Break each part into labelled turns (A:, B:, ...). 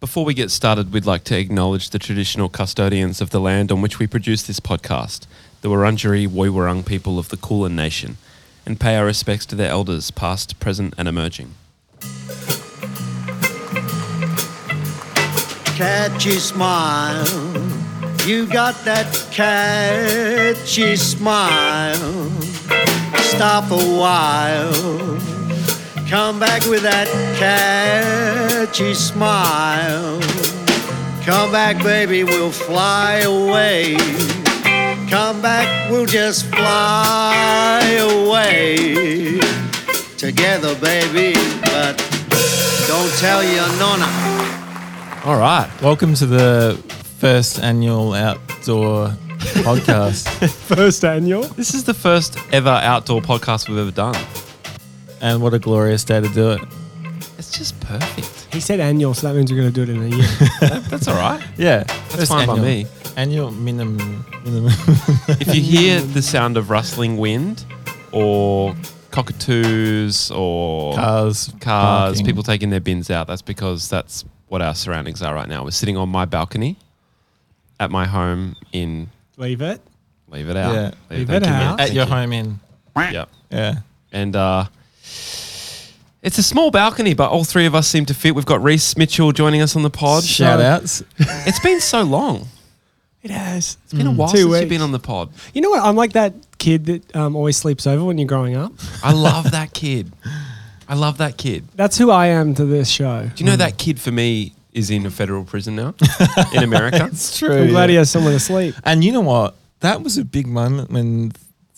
A: Before we get started, we'd like to acknowledge the traditional custodians of the land on which we produce this podcast, the Wurundjeri Woiwurrung people of the Kulin Nation, and pay our respects to their elders, past, present, and emerging.
B: catchy smile. You got that catchy smile. Stop a while. Come back with that catchy smile. Come back, baby, we'll fly away. Come back, we'll just fly away. Together, baby, but don't tell your nonna.
C: All right. Welcome to the first annual outdoor podcast.
D: First annual.
A: This is the first ever outdoor podcast we've ever done.
C: And what a glorious day to do it.
A: It's just perfect.
D: He said annual, so that means we're going to do it in a year.
A: That's all right.
C: Yeah.
A: That's fine by me.
C: Annual minimum. minimum.
A: If you hear the sound of rustling wind or cockatoos or
C: Cars.
A: cars,
C: barking.
A: people taking their bins out. That's because that's what our surroundings are right now. We're sitting on my balcony at my home in
D: Leave it.
A: Leave It Out.
C: Yeah.
A: There,
D: Leave
A: thank
D: It
A: you, man.
D: Out.
C: At
A: Thank
C: your
A: you.
C: home in.
A: Yep.
C: Yeah.
A: And uh, it's a small balcony, but all three of us seem to fit. We've got Reese Mitchell joining us on the pod.
C: Shout
A: So-
C: outs.
A: It's been so long.
D: It has.
A: It's been a while
D: Mm, Two
A: since you've
D: weeks.
A: been on the pod.
D: You know what? I'm like that kid that um, always sleeps over when you're growing up.
A: I love that kid. I love that kid.
D: That's who I am to this show.
A: Do you know that kid for me is in a federal prison now in America?
C: It's true.
D: I'm glad he
C: yeah.
D: has someone to sleep.
C: And you know what? That was a big moment when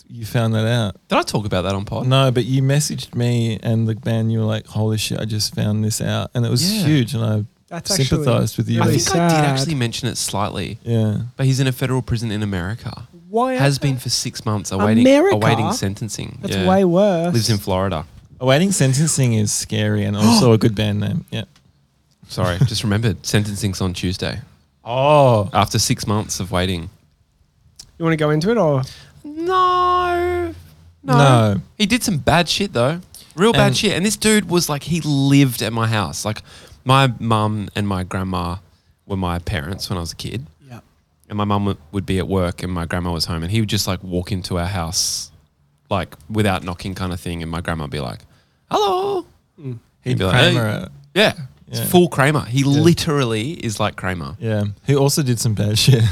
C: you found that out.
A: Did I talk about that on pod?
C: No, but you messaged me and the man, you were like, holy shit, I just found this out. And it was
A: Yeah.
C: huge. And I
D: That's actually
C: sympathized with you.
A: I
D: really
A: think I did
D: sad.
A: actually mention it slightly.
C: yeah.
A: But he's in a federal prison in America.
D: Why
A: Has been for six months awaiting
D: America?
A: awaiting sentencing.
D: That's
A: Yeah.
D: way worse.
A: Lives in Florida.
C: Awaiting sentencing is scary and also a good band name. Yeah.
A: Sorry, just remembered. Sentencing's on Tuesday.
C: Oh.
A: After six months of waiting.
D: you want to go into it or?
A: No. No.
C: No.
A: He did some bad shit though. Real bad
C: And-
A: shit. And this dude was like he lived at my house. Like my mum and my grandma were my parents when I was a kid.
D: Yeah.
A: and my mum w- would be at work and my grandma was home and he would just like walk into our house like without knocking kind of thing and my grandma would be like hello
C: Mm. He'd
A: be like,
C: Kramer
A: "Hey."
C: it.
A: yeah, it's
C: Yeah.
A: full kramer he literally is like kramer
C: Yeah. Who also did some bad shit.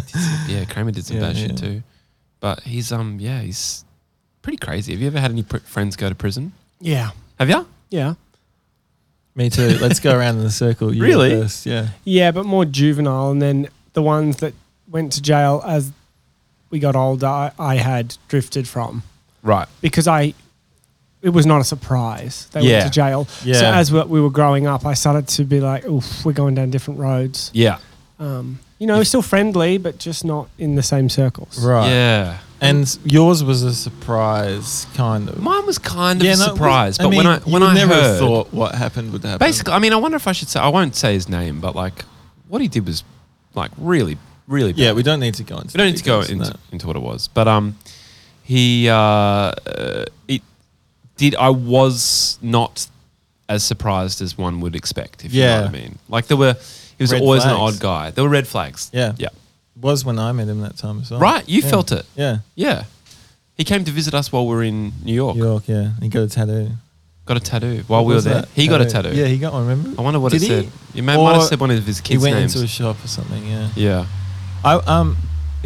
A: yeah kramer did some
C: Yeah,
A: bad
C: yeah.
A: shit too but he's um yeah he's pretty crazy have you ever had any pr- friends go to prison
D: Yeah.
A: have you
D: Yeah.
C: Me too. Let's go around in the circle. You
A: Really?
C: go First. Yeah.
D: Yeah, but more juvenile. And then the ones that went to jail as we got older, I, I had drifted from.
A: right
D: because I, it was not a surprise. They
A: Yeah.
D: went to jail. So
C: Yeah.
D: as we, we were growing up, I started to be like, oof, we're going down different roads.
A: yeah
D: Um, you know, still friendly, but just not in the same circles.
C: Right.
A: yeah
C: And yours was a surprise, kind of.
A: mine was kind of
C: Yeah,
A: a
C: no,
A: surprise
C: I
A: but when
C: mean,
A: i when
C: you
A: i
C: never
A: heard,
C: thought what happened would happen.
A: Basically, I mean, I wonder if I should say I won't say his name, but like what he did was like really, really. Bad.
C: Yeah, we don't need to go into.
A: we don't need to go
C: details in
A: into,
C: that.
A: into what it was, but um, he uh, uh, it did. I was not as surprised as one would expect. If you
C: Yeah.
A: know what I mean, like there were, he was
C: Red
A: always an
C: flags.
A: odd guy. There were red flags.
C: Yeah.
A: yeah,
C: Was when I met him that time as well.
A: right. You
C: Yeah.
A: felt it.
C: Yeah.
A: Yeah, he came to visit us while we were in New York.
C: New York. Yeah. He got a tattoo.
A: Got a tattoo while
C: What
A: we were
C: was
A: there.
C: that?
A: He got a tattoo.
C: Yeah, he got one. Remember?
A: I wonder what
C: Did
A: it
C: he?
A: said. You may, might have
C: Or
A: said one of his
C: He
A: kids'
C: went
A: names.
C: into a shop or something. Yeah.
A: yeah.
C: I um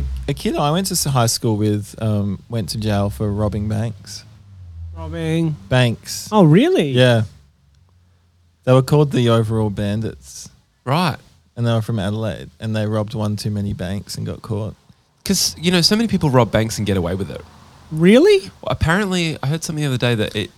C: a, a kid I went to s- high school with um went to jail for robbing banks.
D: Robbing.
C: Banks.
D: Oh, really?
C: Yeah. They were called the overall bandits
A: Right.
C: and they were from Adelaide and they robbed one too many banks and got caught.
A: Because you know, so many people rob banks and get away with it.
D: Really?
A: Apparently, I heard something the other day that it,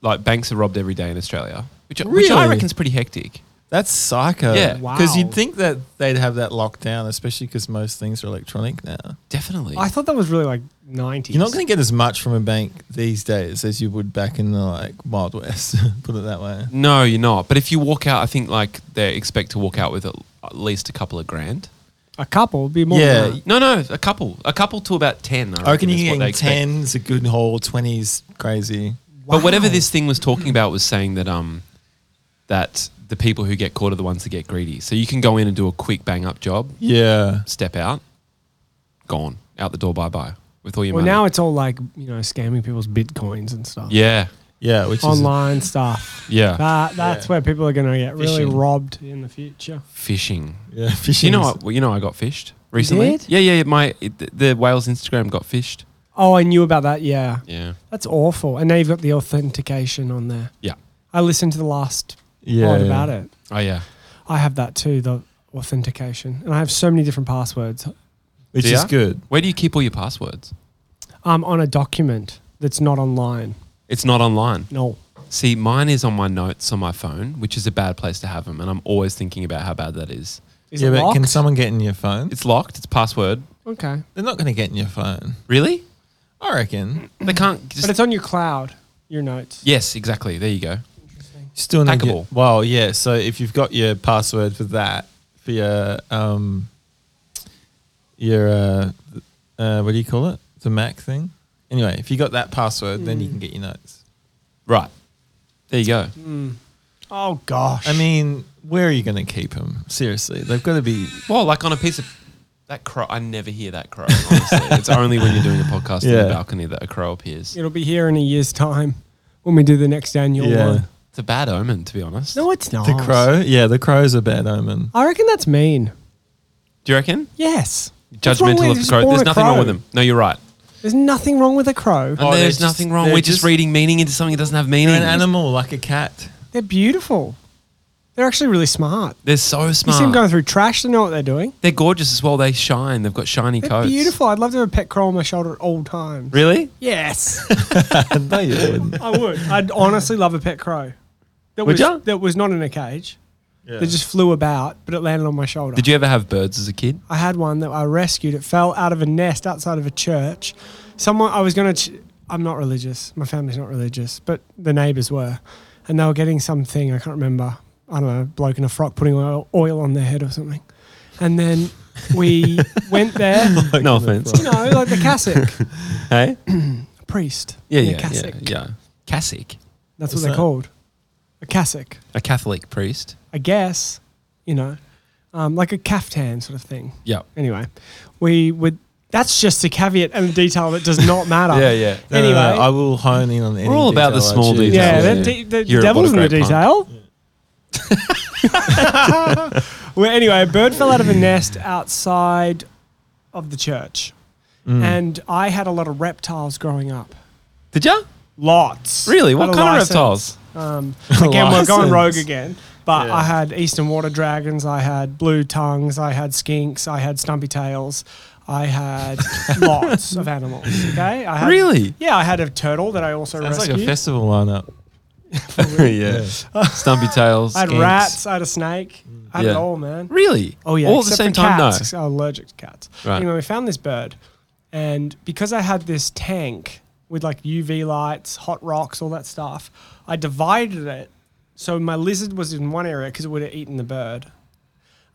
A: like, banks are robbed every day in Australia, which, which I
C: Really?
A: reckon is pretty hectic.
C: That's psycho.
A: Yeah.
C: Cuz
D: Wow.
C: you'd think that they'd have that locked down especially cuz most things are electronic now.
A: Definitely.
D: I thought that was really like 90s.
C: You're not going to get as much from a bank these days as you would back in the like Wild West, put it that way.
A: no, you're not. But if you walk out, I think like they expect to walk out with at at least a couple of grand.
D: a couple would be more.
C: Yeah.
D: Yeah.
A: No, no, a couple, a couple to about ten. I reckon,
C: I reckon
A: is
C: you're
A: what they
C: getting
A: expect.
C: 10s a good haul, 20s crazy.
A: But whatever
D: Wow.
A: this thing was talking about was saying that um that the people who get caught are the ones that get greedy. So you can go in and do a quick bang up job,
C: Yeah.
A: step out, gone, out the door, bye bye, with all your
D: Well,
A: money.
D: now it's all like you know scamming people's bitcoins and stuff.
A: yeah,
C: Yeah, which
D: Online stuff.
A: yeah.
D: That, that's
C: Yeah.
D: where people are going to get really
A: Phishing.
D: robbed in the future.
A: Fishing.
C: is yeah, fishing.
A: You know,
C: is-
A: what, well, you know, I got fished recently.
D: did?
A: Yeah, yeah. yeah, My it, the whales Instagram got fished.
D: Oh, I knew about that. Yeah,
A: Yeah,
D: that's awful. And now you've got the authentication on there.
A: yeah.
D: I listened to the last
C: yeah,
D: pod
C: yeah.
D: about it.
A: Oh yeah.
D: I have that too, the authentication, and I have so many different passwords.
C: which
A: Do
C: is
A: ya?
C: good.
A: Where do you keep all your passwords?
D: Um, on a document that's not online.
A: It's not online.
D: No.
A: See, mine is on my notes on my phone, which is a bad place to have them, and I'm always thinking about how bad that is.
D: Is
C: yeah,
D: it
C: but can
D: locked?
C: someone get in your phone?
A: It's locked. It's password.
D: Okay,
C: They're not going to get in your phone.
A: Really?
C: I reckon.
A: They can't. Just,
D: but it's on your cloud, your notes.
A: yes, exactly. There you go.
C: Still not
A: Hackable.
C: get. Well, yeah. So if you've got your password for that, for your um, your uh, uh, what do you call it? The Mac thing. Anyway, if you got that password, then
D: Hmm.
C: you can get your notes.
A: Right. There you go.
D: Oh gosh.
C: I mean, where are you going to keep them? Seriously, they've got to be.
A: Well, like on a piece of that crow. I never hear that crow. Honestly, it's only when you're doing a podcast on
C: Yeah.
A: the balcony that a crow appears.
D: it'll be here in a year's time when we do the next annual
C: Yeah,
D: one.
A: It's a bad omen, to be honest.
D: No, it's not.
C: the crow. Yeah, the crow's a bad omen.
D: I reckon that's mean.
A: Do you reckon?
D: Yes. What's wrong
A: Judgmental
D: with
A: of the
D: just
A: crow.
D: born
A: There's
D: a
A: nothing wrong
D: crow?
A: with them. No, you're right.
D: There's nothing wrong with a crow.
A: And
C: Oh, they're
A: there's
C: just-
A: nothing wrong.
C: they're
A: We're Oh, just,
C: just-
A: reading meaning into something that doesn't have meaning.
C: They're an animal like a cat.
D: They're beautiful. They're actually really smart.
A: They're so
D: You
A: smart.
D: see them going through trash, they know what they're doing.
A: They're gorgeous as well. They shine. They've got shiny
D: They're
A: coats.
D: beautiful. I'd love to have a pet crow on my shoulder at all times.
A: Really?
D: Yes.
C: no, you wouldn't.
D: I would. I'd honestly love a pet crow. That
A: Would
D: was
A: ya?
D: that was not in a cage.
C: Yeah.
D: That just flew about, but it landed on my shoulder.
A: Did you ever have birds as a kid?
D: I had one that I rescued. It fell out of a nest outside of a church. Someone I was going to. Ch- I'm not religious. My family's not religious, but the neighbors were, and they were getting something. I can't remember. I don't know. Bloke in a frock putting oil, oil on their head or something, and then we went there.
A: no offense.
D: You know, like the cassock
A: Hey?
D: priest.
A: Yeah,
D: in a
A: yeah, yeah,
D: cassock.
A: yeah. Cassock.
C: What's
D: That's what they're
C: that?
D: called. A cassock.
A: A Catholic priest.
D: I guess, you know, um, like a caftan sort of thing.
A: Yeah.
D: Anyway, we would. That's just a caveat and a detail that does not matter.
A: Yeah, yeah.
C: No, no,
D: Anyway,
C: no, I will hone in on any.
A: all about the
C: detail I
A: small
C: choose.
D: yeah,
A: details.
D: the,
A: Yeah.
D: de- the, the
A: You're- what
D: devil's
A: a
D: in the
A: great punk.
D: detail. well, anyway, a bird fell out of a nest outside of the church,
A: Mm.
D: and I had a lot of reptiles growing up.
A: Did ya?
D: Lots.
A: Really?
D: Had
A: What
D: a
A: kind
D: license.
A: of reptiles?
D: Um, again, we're going
C: License.
D: rogue again. But
C: Yeah.
D: I had eastern water dragons. I had blue tongues. I had skinks. I had stumpy tails. I had lots of animals. Okay. I had,
A: Really?
D: Yeah, I had a turtle that I also
C: That's like
D: rescued.
C: a festival lineup.
A: yeah. Stumpy tails.
D: Oh, I had
A: skinks.
D: rats. I had a snake. I had it
A: Yeah.
D: all, man.
A: Really?
D: Oh yeah.
A: All at the
D: except
A: same
D: for
A: time,
D: cats,
A: no.
D: 'cause I'm allergic to cats.
A: Right.
D: Anyway, we found this bird, and because I had this tank with like UV lights, hot rocks, all that stuff, I divided it. So my lizard was in one area because it would have eaten the bird.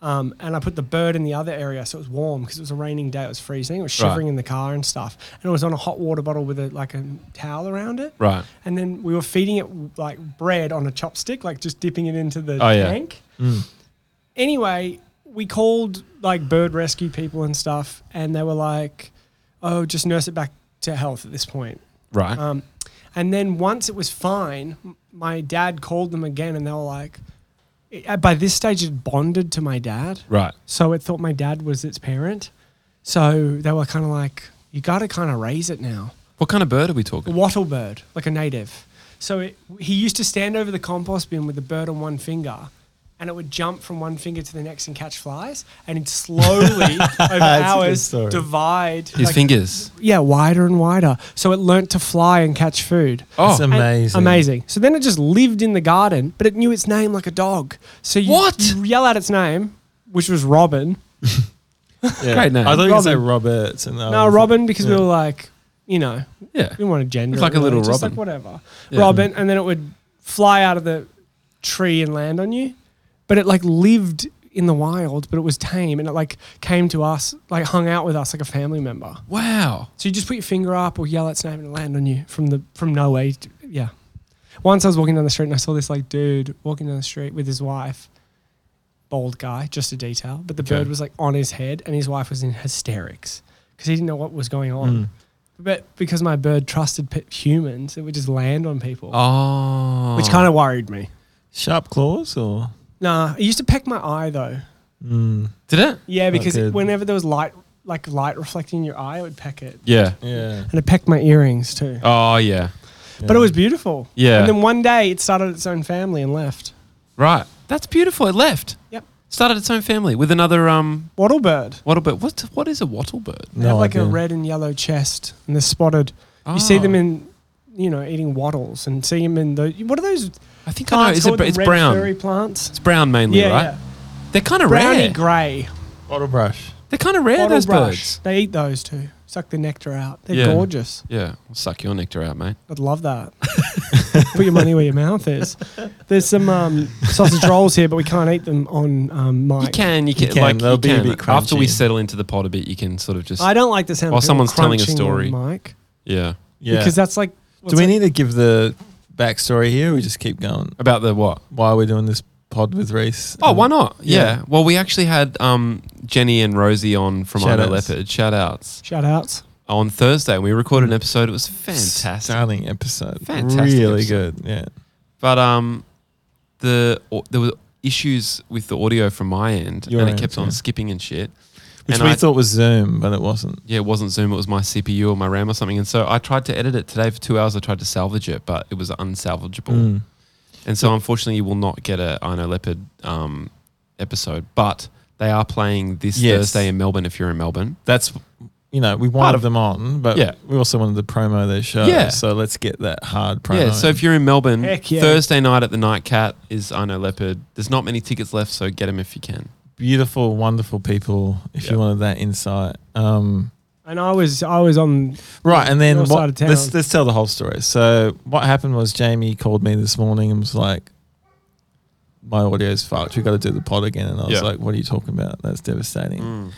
D: Um, and I put the bird in the other area so it was warm because it was a raining day. It was freezing. It was
A: Right.
D: shivering in the car and stuff. And it was on a hot water bottle with a, like a towel around it.
A: Right.
D: And then we were feeding it like bread on a chopstick, like just dipping it into the
A: Oh, yeah.
D: tank. Anyway, we called like bird rescue people and stuff, and they were like, "Oh, just nurse it back to health at this point."
A: Right.
D: Um, and then once it was fine, m- my dad called them again, and they were like, it- "By this stage, it bonded to my dad."
A: right.
D: So it thought my dad was its parent. So they were kind of like, "You got to kind of raise it now."
A: What kind of bird are we
D: A
A: talking?
D: wattle bird, like a native. So it, he used to stand over the compost bin with the bird on one finger, and it would jump from one finger to the next and catch flies. And he'd slowly, over
C: good
D: hours,
C: story.
D: divide
A: His
D: like-
A: fingers.
D: Yeah, wider and wider. So it learnt to fly and catch food.
A: Oh.
C: It's amazing.
D: And- amazing. So then it just lived in the garden, but it knew its name like a dog. So you,
A: What?
D: you yell out its name, which was Robin.
C: Yeah.
A: Great name.
C: I thought you were going
D: Robin.
C: to say Roberts. And uh, I
D: No,
C: was like-
D: Robin, because we
C: Oh, yeah.
D: were like, you know,
A: yeah.
D: we want to gender.
A: It's like
D: it,
A: a little
D: really, just
A: robin.
D: like whatever.
A: Yeah.
D: Robin, and then it would fly out of the tree and land on you. But it like lived in the wild, but it was tame, and it like came to us, like hung out with us like a family member.
A: Wow.
D: So you just put your finger up or yell its name and it land on you from the from no way. To, yeah. Once I was walking down the street and I saw this like dude walking down the street with his wife, bald guy, just a detail. But the
C: Okay.
D: bird was like on his head and his wife was in hysterics because he didn't know what was going on.
C: Mm.
D: But because my bird trusted pe- humans, it would just land on people,
A: Oh.
D: which kind of worried me.
C: Sharp claws or?
D: Nah, it used to peck my eye though.
C: Mm.
A: Did it?
D: Yeah, because it-
C: good.
D: whenever there was light, like light reflecting in your eye, it would peck it.
A: Yeah.
C: Yeah.
D: And it pecked my earrings too.
A: Oh, yeah.
D: But it was beautiful.
A: Yeah.
D: And then one day it started its own family and left.
A: Right. That's beautiful. It left.
D: Yep.
A: Started its own family with another um
D: Wattlebird.
A: wattlebird. What what is a wattlebird?
D: They have like a red and yellow chest and they're spotted. You see them
A: Oh.
D: in, you know, eating wattles and see them in the, what are those
A: I think I know.
D: plants
A: Is it,
D: called?
A: br-
D: The
A: it's
D: red
A: brown.
D: furry plants?
A: It's brown mainly,
D: Yeah,
A: right?
D: yeah.
A: They're kind of
D: Brownie
A: rare.
D: grey.
C: bottle brush.
A: They're kind of rare.
D: wattle
A: Those
D: brush.
A: birds.
D: They eat those too. Suck the nectar out. They're
A: Yeah.
D: gorgeous.
A: Yeah. I'll suck your nectar out, mate.
D: I'd love that. Put your money where your mouth is. There's some um, sausage rolls here, but we can't eat them on um, mic.
A: You can, you can,
C: can,
A: like
C: they'll
A: you
C: be a
A: can.
C: bit
A: after we
C: crunchy.
A: settle into the pot a bit. You can sort of just
D: I don't like the sound.
A: While
D: of people
A: someone's telling a
D: crunching
A: story.
D: on mic,
A: yeah
C: Yeah.
D: because that's like.
C: Do we need to give the backstory here? Or we just keep going.
A: about the what?
C: Why are we doing this pod with Reese?
A: Oh, why not? Yeah.
C: yeah.
A: Well, we actually had um, Jenny and Rosie on from Shout
C: Shout
A: Leopard
C: outs.
A: Leopard. Shout outs
D: shout outs?
A: on Thursday. We recorded
C: Mm.
A: an episode. It was fantastic.
C: Starling episode.
A: Fantastic
C: Really
A: episode.
C: good. Yeah.
A: But um, the au- there were issues with the audio from my end,
C: Your
A: and it
C: end,
A: kept on
C: yeah.
A: skipping and shit.
C: Which
A: And
C: we
A: I-
C: thought was Zoom, but it wasn't.
A: Yeah, it wasn't Zoom. It was my CPU or my RAM or something. And so I tried to edit it today for two hours. I tried to salvage it, but it was unsalvageable.
C: Mm.
A: And so, unfortunately, you will not get a I Know Leopard um, episode. But they are playing this
C: Yes.
A: Thursday in Melbourne. If you're in Melbourne,
C: That's you know we
A: Part
C: wanted
A: of-
C: them on, but
A: Yeah.
C: we also wanted to promo their show.
A: Yeah.
C: So let's get that hard promo.
A: yeah. So if you're in Melbourne,
D: Heck yeah.
A: Thursday night at the Night Cat is I Know Leopard. There's not many tickets left, so get them if you can.
C: beautiful, wonderful people, if
A: Yeah.
C: you wanted that insight. Um,
D: And I was, I was on.
C: Right, and then
D: North
C: what,
D: side of town.
C: let's let's tell the whole story. So what happened was Jamie called me this morning and was like, "My audio's fucked. We got to do the pod again." And I was
A: Yeah. Mm.
C: like, "What are you talking about? That's devastating."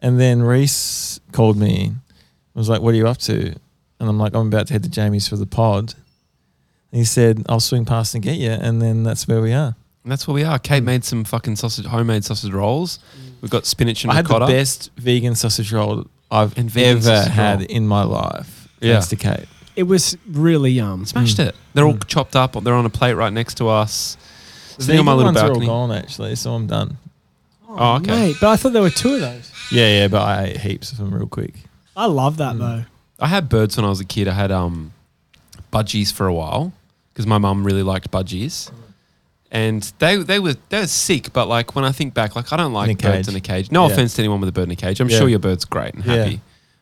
C: And then Reese called me and was like, What are you up to? And I'm like, I'm about to head to Jamie's for the pod. And he said, I'll swing past and get you. And then that's where we are.
A: And that's where we are.
C: Mm.
A: Kate made some fucking sausage, homemade sausage rolls. We've got spinach and
C: I had the
A: ricotta.
C: best vegan sausage roll I've
A: And vegan
C: ever
A: sausage
C: had
A: roll.
C: in my life.
A: Yeah.
C: Thanks to Kate.
D: It was really yum.
A: Smashed
C: Mm.
A: it. They're all chopped up. They're on a plate right next to us.
C: The
A: Sitting on my
C: vegan
A: little
C: ones
A: balcony.
C: are all gone, actually, so I'm done.
A: Oh, okay.
D: Mate, but I thought there were two of those.
C: Yeah, yeah, but I ate heaps of them real quick.
D: I love that
A: Hmm.
D: though.
A: I had birds when I was a kid. I had um, budgies for a while because my mum really liked budgies, and they they were they were sick. But like when I think back, like I don't like
C: a
A: birds
C: cage.
A: in a cage. No
C: Yeah.
A: offense to anyone with a bird in a cage. I'm
C: Yeah.
A: sure your bird's great and
C: Yeah.
A: happy,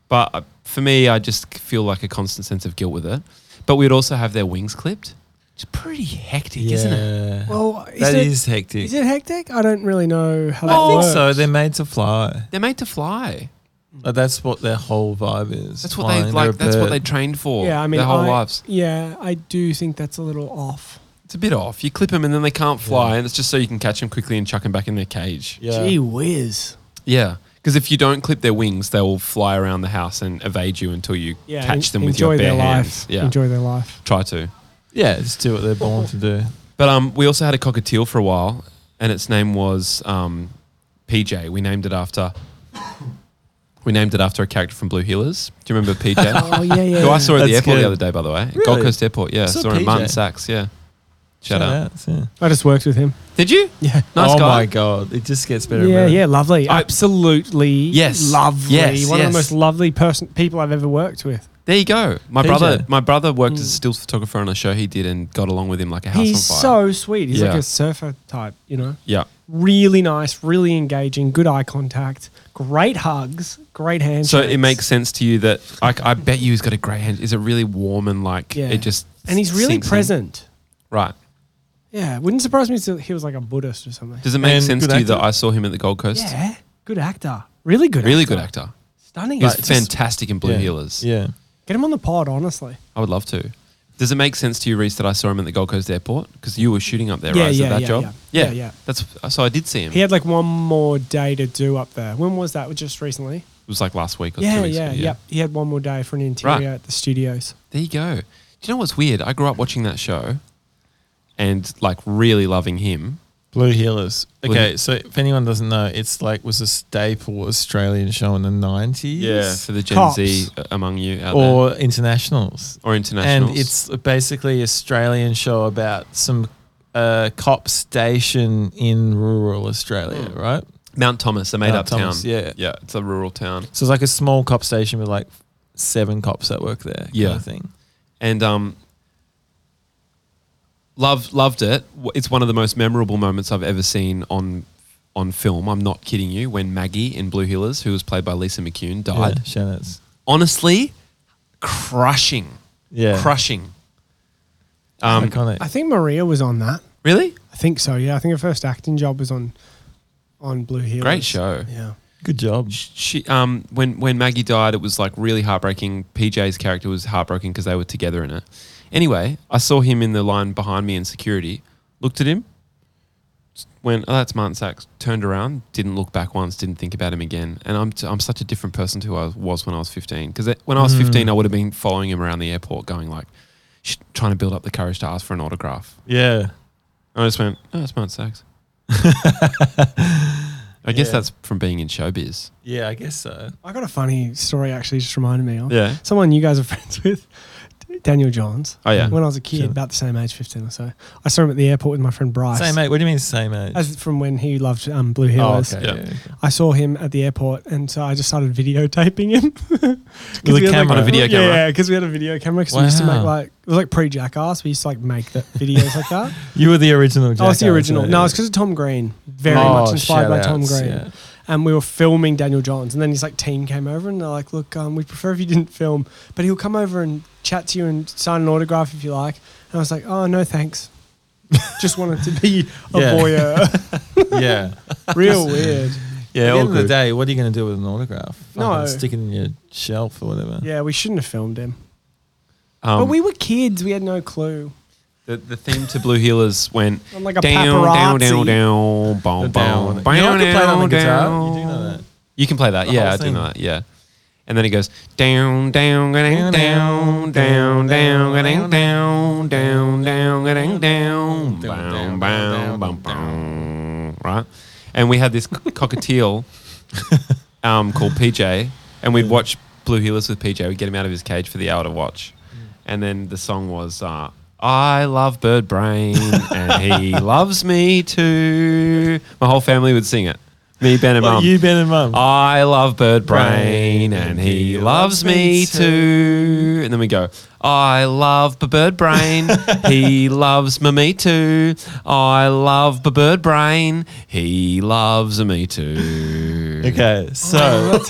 A: but uh, for me, I just feel like a constant sense of guilt with it. But we'd also have their wings clipped. It's pretty hectic, isn't it?
D: Well, is
C: that
D: it,
C: is hectic.
D: is it hectic? I don't really know how that
C: I think
D: works.
C: so. They're made to fly.
A: They're made to fly.
C: Like that's what their whole vibe is.
A: That's what they
C: Flying. They're a
A: like. That's what
C: bird.
A: they trained for.
D: Yeah, I mean,
A: their whole
D: I-
A: lives.
D: Yeah, I do think that's a little off.
A: It's a bit off. You clip them and then they can't fly,
C: Yeah.
A: and it's just so you can catch them quickly and chuck them back in their cage.
C: Yeah.
D: whiz.
A: Yeah, because if you don't clip their wings, they will fly around the house and evade you until you
D: Yeah,
A: catch
D: en-
A: them with
D: enjoy
A: your bare
D: their
A: hands.
D: life.
A: Yeah,
D: Enjoy their life.
A: try to.
C: Yeah, just do what they're
D: Oh.
C: born to do.
A: But um, we also had a cockatiel for a while, and its name was um, PJ. We named it after. We named it after a character from Blue Heelers. Do you remember PJ?
D: Oh yeah, yeah.
A: Who I saw at the
C: That's
A: airport
C: good.
A: the other day, by the way, at Gold
C: Really?
A: Coast Airport. Yeah,
C: I
A: saw,
C: saw
A: him. Martin
C: PJ.
A: Sachs. Yeah, shout, out.
C: outs, yeah.
D: I just worked with him.
A: Did you?
D: Yeah.
A: Nice
C: oh
A: guy.
C: my god, it just gets better. and
D: Yeah,
C: better.
D: yeah, lovely.
A: I-
D: Absolutely.
A: Yes,
D: Lovely.
A: yes,
D: One of
A: yes.
D: the most lovely person people I've ever worked with.
A: There you go. My
C: PJ.
A: brother, my brother worked as a
D: Mm.
A: stills photographer on a show he did and got along with him like a house
D: He's
A: on fire.
D: so sweet. He's like
A: Yeah.
D: a surfer type, you know?
A: yeah,
D: Really nice, really engaging, good eye contact, great hugs, great hands.
A: so it makes sense to you that like I bet you he's got a great hand. Is it really warm and like
D: Yeah.
A: it just
D: And he's really
A: sinks in?
D: present.
A: right?
D: Yeah. Wouldn't surprise me if he was like a Buddhist or something.
A: Does it make
C: And
A: sense
C: good
A: to you that
C: actor.
A: I saw him at the Gold Coast?
D: Yeah. Good actor. Really good
A: Really
D: actor.
A: good actor.
D: Stunning.
A: He was
D: actor.
A: fantastic in Blue
C: yeah.
A: Heelers.
C: Yeah,
D: Get him on the pod, honestly.
A: I would love to. Does it make sense to you, Reese, that I saw him at the Gold Coast Airport because you were shooting up there,
D: Yeah,
A: right? Is it
D: yeah,
A: that
D: yeah,
A: job?
D: yeah.
A: yeah,
D: Yeah, yeah.
A: That's so I did see him.
D: He had like one more day to do up there. When was that? Just recently?
A: it was like last week or
D: Yeah,
A: two weeks
D: yeah,
A: ago.
D: yep. He had one more day for an interior
A: Right.
D: at the studios.
A: There you go. Do you know what's weird? I grew up watching that show, and like really loving him.
C: Blue Heelers.
A: Blue-
C: Okay, so if anyone doesn't know, it's like was a staple Australian show in the nineties.
A: for the Gen
D: Cops.
A: Z among you out there
C: Or internationals.
A: or internationals.
C: And it's basically Australian show about some uh, cop station in rural Australia,
A: Hmm.
C: right?
A: Mount Thomas, a made
C: Mount
A: up town.
C: Thomas, yeah.
A: yeah, it's a rural town.
C: So it's like a small cop station with like seven cops that work there, kind
A: Yeah.
C: of thing.
A: and um, loved loved it. W- It's one of the most memorable moments I've ever seen on on film. I'm not kidding you. When Maggie in Blue Heelers, who was played by Lisa McCune, died,
C: Yeah, Shannon's.
A: honestly, crushing,
C: Yeah,
A: crushing. Um,
C: iconic.
D: I think Maria was on that.
A: really
D: I think so. Yeah, I think her first acting job was on on Blue Heelers.
A: great show.
D: Yeah.
C: Good job.
A: She um when when Maggie died, it was like really heartbreaking. PJ's character was heartbroken because they were together in it. Anyway, I saw him in the line behind me in security. Looked at him. Went, oh, that's Martin Sachs. Turned around, didn't look back once, didn't think about him again. And I'm, t- I'm such a different person to who I was when I was 15. Because when I was 15, I would have been following him around the airport, going like, sh- trying to build up the courage to ask for an autograph.
C: Yeah,
A: And I just went, oh, that's Martin Sachs. I guess
C: Yeah.
A: that's from being in showbiz.
C: yeah, I guess so.
D: I got a funny story actually just reminded me of.
A: Yeah.
D: Someone you guys are friends with, Daniel Johns.
A: Oh, yeah.
D: When I was a kid,
C: Sure.
D: about the same age, 15 or so, I saw him at the airport with my friend Bryce.
C: Same age. What do you mean same age?
D: As from when he loved um, Blue
C: oh,
D: Heelers.
C: okay.
A: Yeah.
C: Yeah. okay.
D: I saw him at the airport, and so I just started videotaping him. 'Cause
C: With a
D: we had,
C: camera. On a
A: video
D: yeah,
A: camera.
D: Yeah, because we had a video camera. Because we used to make
C: Wow.
D: like it was like pre Jackass. We used to like make the videos like that.
C: You were the original. Jackass,
D: I was the original.
C: right?
D: No, it's because of Tom Green. Very
C: Oh,
D: much inspired by Tom
C: shout-outs,
D: Green.
C: yeah.
D: And we were filming Daniel Johns, and then his like team came over, and they're like, "Look, um, we'd prefer if you didn't film, but he'll come over and chat to you and sign an autograph if you like." And I was like, "Oh no, thanks." Just wanted to be a
C: Yeah.
D: voyeur.
C: yeah.
D: Real weird.
C: Yeah, at
A: all
C: the end of
A: good.
C: the day, what are you going to do with an autograph?
D: No.
C: Fucking stick it in your shelf or whatever.
D: Yeah, we shouldn't have filmed him.
A: Um,
D: but we were kids. We had no clue.
A: The, the theme to Blue Heelers went
D: I'm like a
A: down, down,
D: paparazzi.
A: down, down, boom,
C: The down.
A: boom,
C: You know I can play that on the guitar.
A: down.
C: You do know that.
A: You can play that.
C: The
A: yeah,
C: whole
A: I do
C: thing.
A: know that. Yeah. And then it goes down, down, down, down, down, down, down, down, down, down, down, down, boom, boom, boom, boom, right? And we had this cockatiel um, called PJ, and we'd watch Blue Heelers with PJ. We'd get him out of his cage for the hour to watch. And then the song was uh, I Love Bird Brain and He Loves Me Too. My whole family would sing it. Me, Ben, and
C: Well,
A: Mum.
C: you, Ben, and Mum.
A: I love Bird Brain and he loves me too. And then we go, I love b- Bird Brain, he loves m- me too. I love b- Bird Brain, he loves me too.
C: okay, so
D: Oh, That's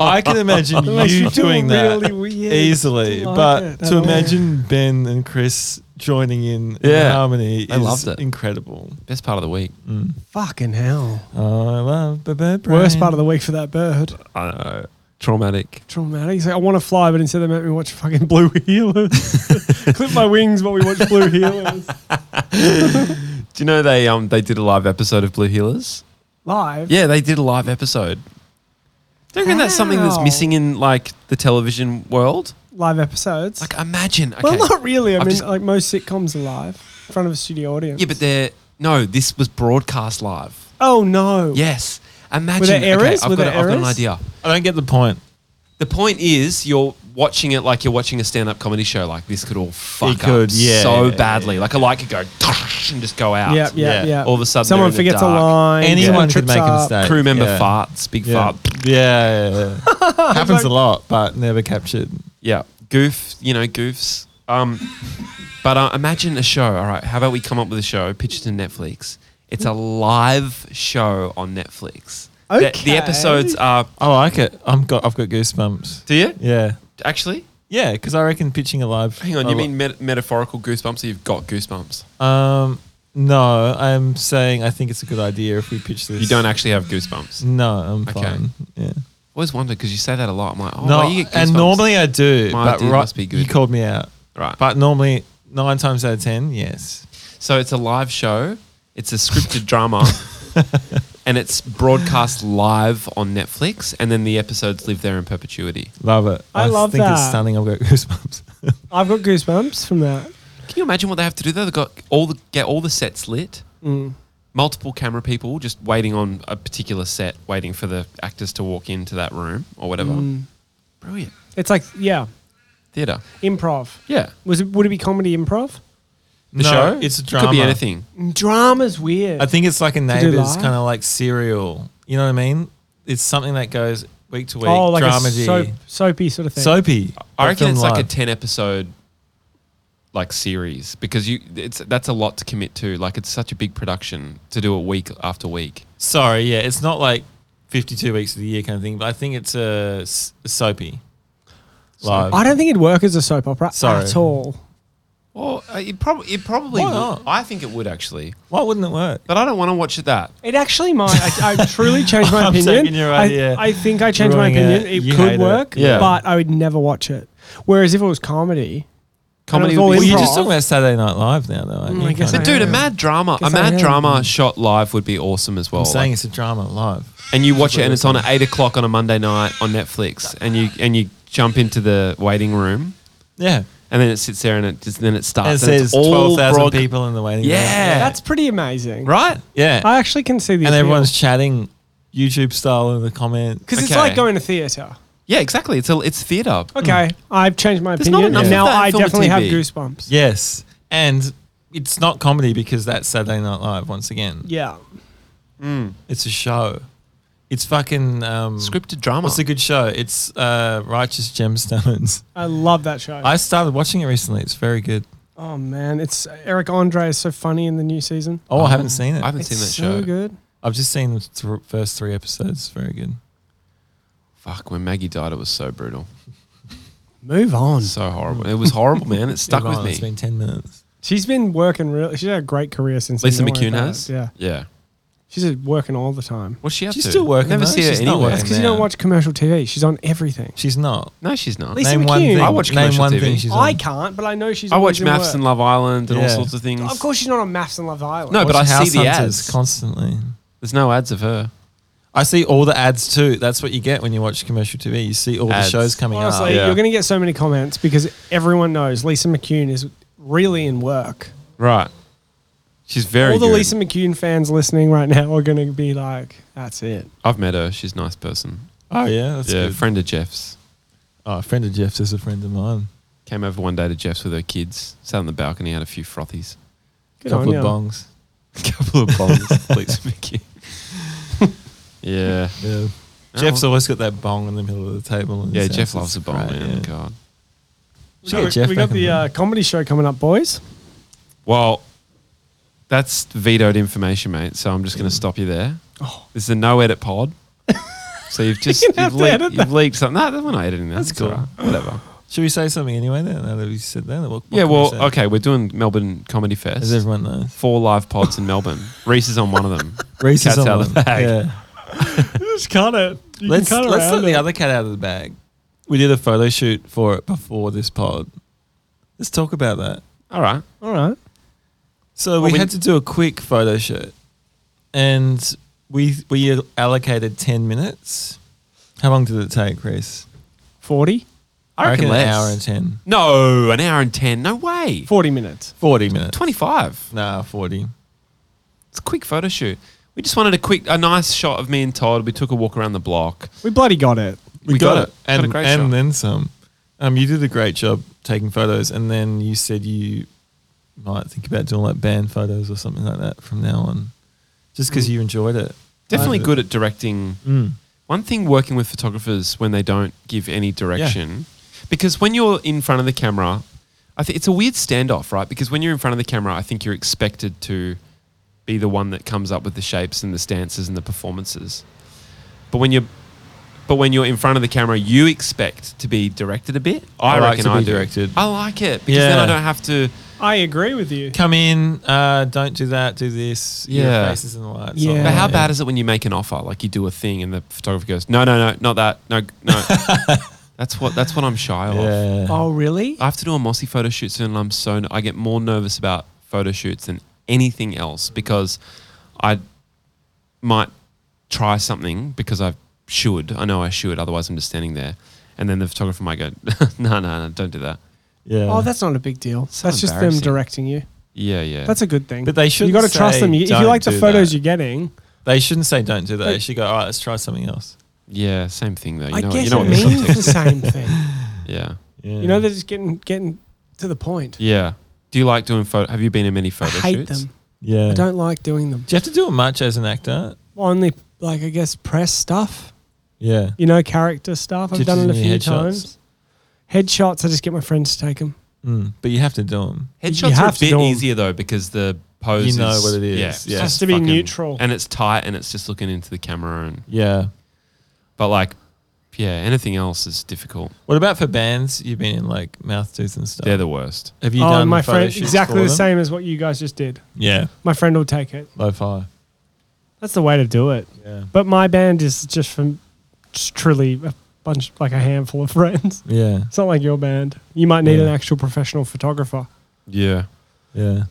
C: I can imagine
D: makes
C: you
D: me feel
C: doing that
D: really weird.
C: easily,
D: Don't like
C: but
D: it at
C: to
D: all.
C: imagine Ben and Chris joining in
A: Yeah.
C: in harmony
A: I
C: is
A: loved it.
C: incredible.
A: Best part of the week.
C: Mm.
D: Fucking hell.
C: I love the bird brain.
D: Worst part of the week for that bird.
A: I don't know. Traumatic.
D: Traumatic. He's like, I want to fly, but instead they make me watch fucking Blue Heelers. Clip my wings while we watch Blue Heelers.
A: Do you know they um they did a live episode of Blue Healers?
D: Live.
A: Yeah, they did a live episode. Do you reckon that's something that's
D: How?
A: missing in like the television world?
D: Live episodes.
A: Like imagine. Okay.
D: Well, not really. I
A: I've
D: mean,
A: just-
D: like most sitcoms are live in front of a studio audience.
A: Yeah, but they're no. This was broadcast live.
D: oh no.
A: Yes. Imagine.
D: errors?
A: I've,
D: Were
A: got
D: there
A: a- I've got an
D: errors?
A: idea.
C: I don't get the point.
A: The point is, you're watching it like you're watching a stand-up comedy show. Like this could all fuck up
C: could, yeah,
A: so
C: yeah, yeah,
A: badly. Like a light could go and just go out.
D: Yeah, yeah,
C: Yeah.
D: yeah.
A: All of a sudden
D: someone
A: they're in the
D: forgets a
A: dark.
D: line. someone
C: Anyone could
D: trips
C: make a
D: up.
C: mistake.
A: Crew member
C: Yeah.
A: farts, big
C: Yeah.
A: fart.
C: Yeah, yeah, yeah. happens a lot, but never captured.
A: Yeah, goof. You know, goofs. Um, but uh, imagine a show. All right, how about we come up with a show, pitch it to Netflix. It's a live show on Netflix. The- The,
D: Okay.
A: episodes are.
C: I like it. I'm got. I've got goosebumps.
A: Do you
C: Yeah,
A: actually?
C: yeah. Because I reckon pitching a live.
A: Hang on,
C: a
A: you
C: li-
A: mean met- metaphorical goosebumps or you've got goosebumps?
C: Um, no, I'm saying I think it's a good idea if we pitch this. Mm.
A: You don't actually have goosebumps. I
C: No, I'm
A: Okay.
C: fine. Yeah.
A: always wonder because you say that a lot. I'm like, oh,
C: no,
A: well, you get goosebumps.
C: and normally I do,
A: My
C: but
A: idea
C: right,
A: must be good.
C: you called me out.
A: Right.
C: But normally nine times out of ten, yes.
A: So it's a live show, it's a scripted drama, and it's broadcast live on Netflix, and then the episodes live there in perpetuity.
C: Love it.
D: I love
C: think it's
D: that.
C: stunning. I've got goosebumps.
D: I've got goosebumps from that.
A: Can you imagine what they have to do? though? They've got all the get all the sets lit,
D: Mm.
A: multiple camera people just waiting on a particular set, waiting for the actors to walk into that room or whatever.
D: Mm.
A: Brilliant
D: It's like yeah,
A: theater.
D: improv.
A: Yeah,
D: Was it? Would it be comedy improv?
A: the
C: no,
A: show.
C: It's a
A: It
C: drama.
A: Could be anything.
D: Drama's weird.
C: I think it's like a
D: do
C: neighbours
D: live?
C: kind of like serial. You know what I mean? It's something that goes week to week.
D: oh, like
C: dramedy,
D: a soap, soapy sort of thing.
C: soapy.
A: I
C: but
A: reckon
C: filmed
A: it's like a
C: live.
A: ten episode like series because you it's that's a lot to commit to. Like it's such a big production to do it week after week.
C: Sorry, yeah, it's not like fifty-two weeks of the year kind of thing, but I think it's a, s- a soapy. Live.
D: I don't think it'd work as a soap opera
C: Sorry.
D: at all.
A: Well, uh, it probably it probably
C: Why
A: would.
C: not?
A: I think it would actually,
C: Why wouldn't it work?
A: but I don't want to watch it that.
D: It actually might. I, I truly changed my
C: I'm
D: opinion.
C: taking your
D: I-
C: idea.
D: I, think I changed my
C: Ruining
D: opinion.
C: it.
D: It,
C: You hate
D: could
C: it.
D: work,
C: Yeah.
D: but I would never watch it. Whereas if it was comedy,
A: Comedy
D: it was all
A: would
C: Well,
A: be
C: you're
D: improv.
C: just talking about Saturday Night Live now, though. aren't
D: Mm,
C: you?
D: I guess
C: Kinda.
A: But dude, a mad drama, a
D: Guess I
A: mad
D: am.
A: drama shot live would be awesome as well.
C: I'm saying
A: Like,
C: it's a drama live.
A: and you watch it, and it's on at eight o'clock on a Monday night on Netflix, and you and you jump into the waiting room,
C: Yeah,
A: and then it sits there, and it just, then it
C: and it
A: starts. and
C: says
A: it's all
C: twelve thousand
A: broad-
C: people in the waiting room.
A: Yeah,
D: that's pretty amazing.
A: right.
C: yeah,
D: I actually can see the
C: and
D: appeal.
C: everyone's chatting YouTube style in the comments.
D: because it's
A: okay.
D: like going to theatre.
A: Yeah, exactly. It's a, it's theater.
C: Hmm.
D: Okay, I've changed my
A: There's not
D: opinion,
A: enough
D: and
A: of
D: now
A: that in
D: I
A: film and
D: definitely have
A: TV.
D: goosebumps.
C: Yes, and it's not comedy because that's Saturday Night Live once again.
D: Yeah.
C: It's a show. It's fucking um,
A: Scripted drama.
C: What's a good show? It's uh, Righteous Gemstones.
D: I love that show.
C: I started watching it recently. It's very good.
D: oh man, it's Eric Andre is so funny in the new season.
C: Oh, I haven't seen it.
A: I haven't
D: it's
A: seen that
D: so
A: show.
D: good.
C: I've just seen the th- first three episodes. It's very good.
A: Fuck, when Maggie died, it was so brutal,
D: Move on.
A: so horrible. It was horrible, man. It stuck
C: You're
A: with
C: right, It's
A: me.
C: been ten minutes.
D: She's been working really. She's had a great career since.
A: Lisa
D: then, don't worry
A: McCune
D: about
A: has?
D: it. Yeah,
A: Yeah.
D: she's uh, working all the time.
A: What's she up
C: She's
A: to?
C: still working,
A: Never
C: though.
A: see her
C: She's not
A: anywhere.
C: working.
D: That's because you don't
C: now.
D: watch commercial TV. She's on everything.
C: She's not.
A: No, she's not.
D: Lisa
C: name one
D: McCune.
C: thing.
A: I watch
C: name
A: commercial
C: one
A: TV.
C: thing. She's
D: I
C: on.
D: can't, but I know she's.
A: I watch
D: always in
A: Maths
D: work.
A: and Love Island and all
C: Yeah.
A: sorts of things.
D: Of course, she's not on Maths and Love Island.
A: No, but
C: Watch
A: I see the
C: House Hunters
A: ads.
C: constantly.
A: There's no ads of her.
C: I see all the ads too. That's what you get when you watch commercial TV. You see all
A: Ads.
C: the shows coming up.
D: honestly,
A: yeah.
D: you're going to get so many comments because everyone knows Lisa McCune is really in work.
A: Right. She's very
D: all the
A: good.
D: Lisa McCune fans listening right now are going to be like, "That's it."
A: I've met her. She's a nice person.
C: Oh yeah, that's
A: yeah,
C: good.
A: friend of Jeff's.
C: oh, a friend of Jeff's is a friend of mine.
A: Came over one day to Jeff's with her kids. Sat on the balcony, had a few frothies.
D: Good
C: Couple
D: on
C: of
D: ya.
C: bongs.
A: couple of bombs. Lisa Mickey. yeah.
C: Yeah.
A: Oh,
C: Jeff's
A: well-
C: always got that bong in the middle of the table. and
A: Yeah,
C: it's-
A: Jeff
C: it's
A: loves a bomb,
C: great,
A: man.
C: yeah.
A: God.
D: We
C: Shout out
D: got,
C: Jeff
D: we got
C: back in
D: the
C: the-
D: uh, comedy show coming up, boys.
A: Well, that's vetoed information, mate. So I'm just going to stop you there.
C: Oh.
A: This is a no edit pod. so you've just
D: You're gonna
A: you've,
D: have to edit
A: leaked, you've leaked something. No, we're not editing that.
C: That's
A: It's
C: cool.
A: all right. Whatever.
C: Should we say something anyway then? Now that we said that, what, what
A: yeah,
C: can we
A: well,
C: say?
A: okay, we're doing Melbourne Comedy
C: As
A: Fest.
C: everyone knows,
A: Four live pods in Melbourne. Reese is on one of them.
C: Reese
A: Cat's out of the bag.
C: Yeah.
D: Just cut it. You
C: Let's
D: can cut
C: let's
D: around
C: let the
D: it.
C: other cat out of the bag. We did a photo shoot for it before this pod. Let's talk about that.
A: All right.
D: All right.
C: So
A: Well,
C: we,
A: we-
C: had to do a quick photo shoot, and we we allocated ten minutes. How long did it take, Chris?
D: 40?
A: I reckon, less.
C: an hour and ten.
A: No, an hour and 10. No way.
D: 40 minutes.
C: Forty minutes.
A: 25.
C: Nah, forty.
A: It's a quick photo shoot. We just wanted a quick, a nice shot of me and Todd. We took a walk around the block.
D: We bloody got it.
A: We got it.
C: and
A: Got a great
C: and
A: shot.
C: then some. Um, you did a great job taking photos, and then you said you might think about doing like band photos or something like that from now on, just because you enjoyed it. Uh,
A: Definitely
C: I-
A: good at directing
C: Mm.
A: One thing working with photographers when they don't give any direction, because when you're in front of the camera, I think it's a weird standoff, right? Because when you're in front of the camera, I think you're expected to be the one that comes up with the shapes and the stances and the performances. But when you're but when you're in front of the camera, you expect to be directed a bit. I,
C: I like
A: reckon
C: to
A: I
C: be
A: do.
C: directed.
A: I like it because then
C: Yeah.
A: I don't have to.
D: I agree with you.
C: Come in, uh, don't do that, do this. your
A: Yeah.
C: faces in the lights.
D: Yeah.
A: But how bad is it when you make an offer? Like you do a thing and the photographer goes, "No, no, no, not that. No, no." that's what that's what I'm shy of.
C: Yeah.
D: Oh, really?
A: I have to do a mossy photo shoot soon, and I'm so I get more nervous about photo shoots than anything else because I might try something because I should. I know I should, otherwise I'm just standing there, and then the photographer might go, "No, no, no, don't do that.
C: Yeah.
D: Oh, that's not a big deal.
A: So
D: that's just them
A: embarrassing.
D: directing you.
A: Yeah, yeah.
D: That's a good thing.
C: but they should.
D: you got to trust them. You, if you like the photos you're getting,
C: they shouldn't say don't do that. They
D: Like-
C: should go. All right, let's try something else.
A: yeah, same thing though. You
D: I
A: know,
D: guess
A: you know
D: it
A: what the
D: means
A: subtext
D: the
A: is.
D: same thing.
A: Yeah,
C: Yeah.
D: You know, they're just getting getting to the point.
A: yeah. Do you like doing photo? Have you been in many
D: I
A: photo
D: hate
A: shoots?
D: them.
C: Yeah.
D: I don't like doing them.
C: do you have to do it much as an actor?
D: Only like I guess press stuff.
C: Yeah.
D: You know, character stuff. I've
C: Just
D: done it a
C: any
D: few
C: headshots?
D: times. Headshots. I just get my friends to take them.
C: Mm. But you have to do them.
A: Headshots
D: You
A: are a
D: have to
A: bit
D: do 'em.
A: easier though because the pose.
C: You know
A: is,
C: what it is,
A: Yeah, it's
C: yeah.
A: just
D: Has to be
A: fucking-
D: neutral.
A: and it's tight, and it's just looking into the camera. And
C: Yeah.
A: but like, yeah, anything else is difficult.
C: What about for bands? You've been in like mouth dudes and stuff.
A: They're the worst.
C: Have you
D: oh,
C: done
D: and my
C: photo
D: friend,
C: shoots
D: exactly
C: for
D: the
C: them?
D: same as what you guys just did.
C: Yeah.
D: My friend will take it.
C: Low fi.
D: That's the way to do it.
C: Yeah.
D: But my band is just from just truly a bunch, like a handful of friends.
C: Yeah.
D: It's not like your band. You might need
C: Yeah.
D: an actual professional photographer.
A: Yeah,
C: Yeah.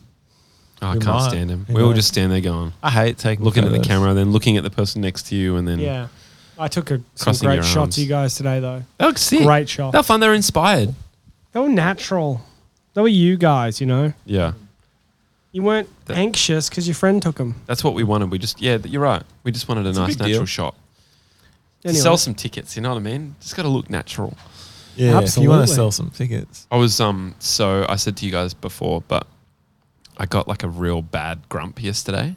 A: Oh, I
C: You
A: can't
C: might.
A: stand them.
C: You
A: We all
C: might.
A: just stand there going,
C: I hate taking
A: looking at the
C: photos.
A: camera, then looking at the person next to you, and then
D: yeah. I took a, some
A: Crossing
D: great
A: your
D: shots
A: arms.
D: of you guys today, though.
A: They look Oh, sick.
D: Great shots.
A: They're fun. They're inspired.
D: They were natural. They were you guys, you know?
A: Yeah,
D: You weren't
A: That-
D: anxious because your friend took them.
A: that's what we wanted. We just yeah, you're right. We just wanted a
C: It's a
A: nice
C: big deal.
A: natural shot.
D: Anyway,
A: Sell some tickets. You know what I mean? Just got to look natural.
C: Yeah. If you want to
D: Absolutely.
C: sell some tickets.
A: I was um so I said to you guys before, but I got like a real bad grump yesterday.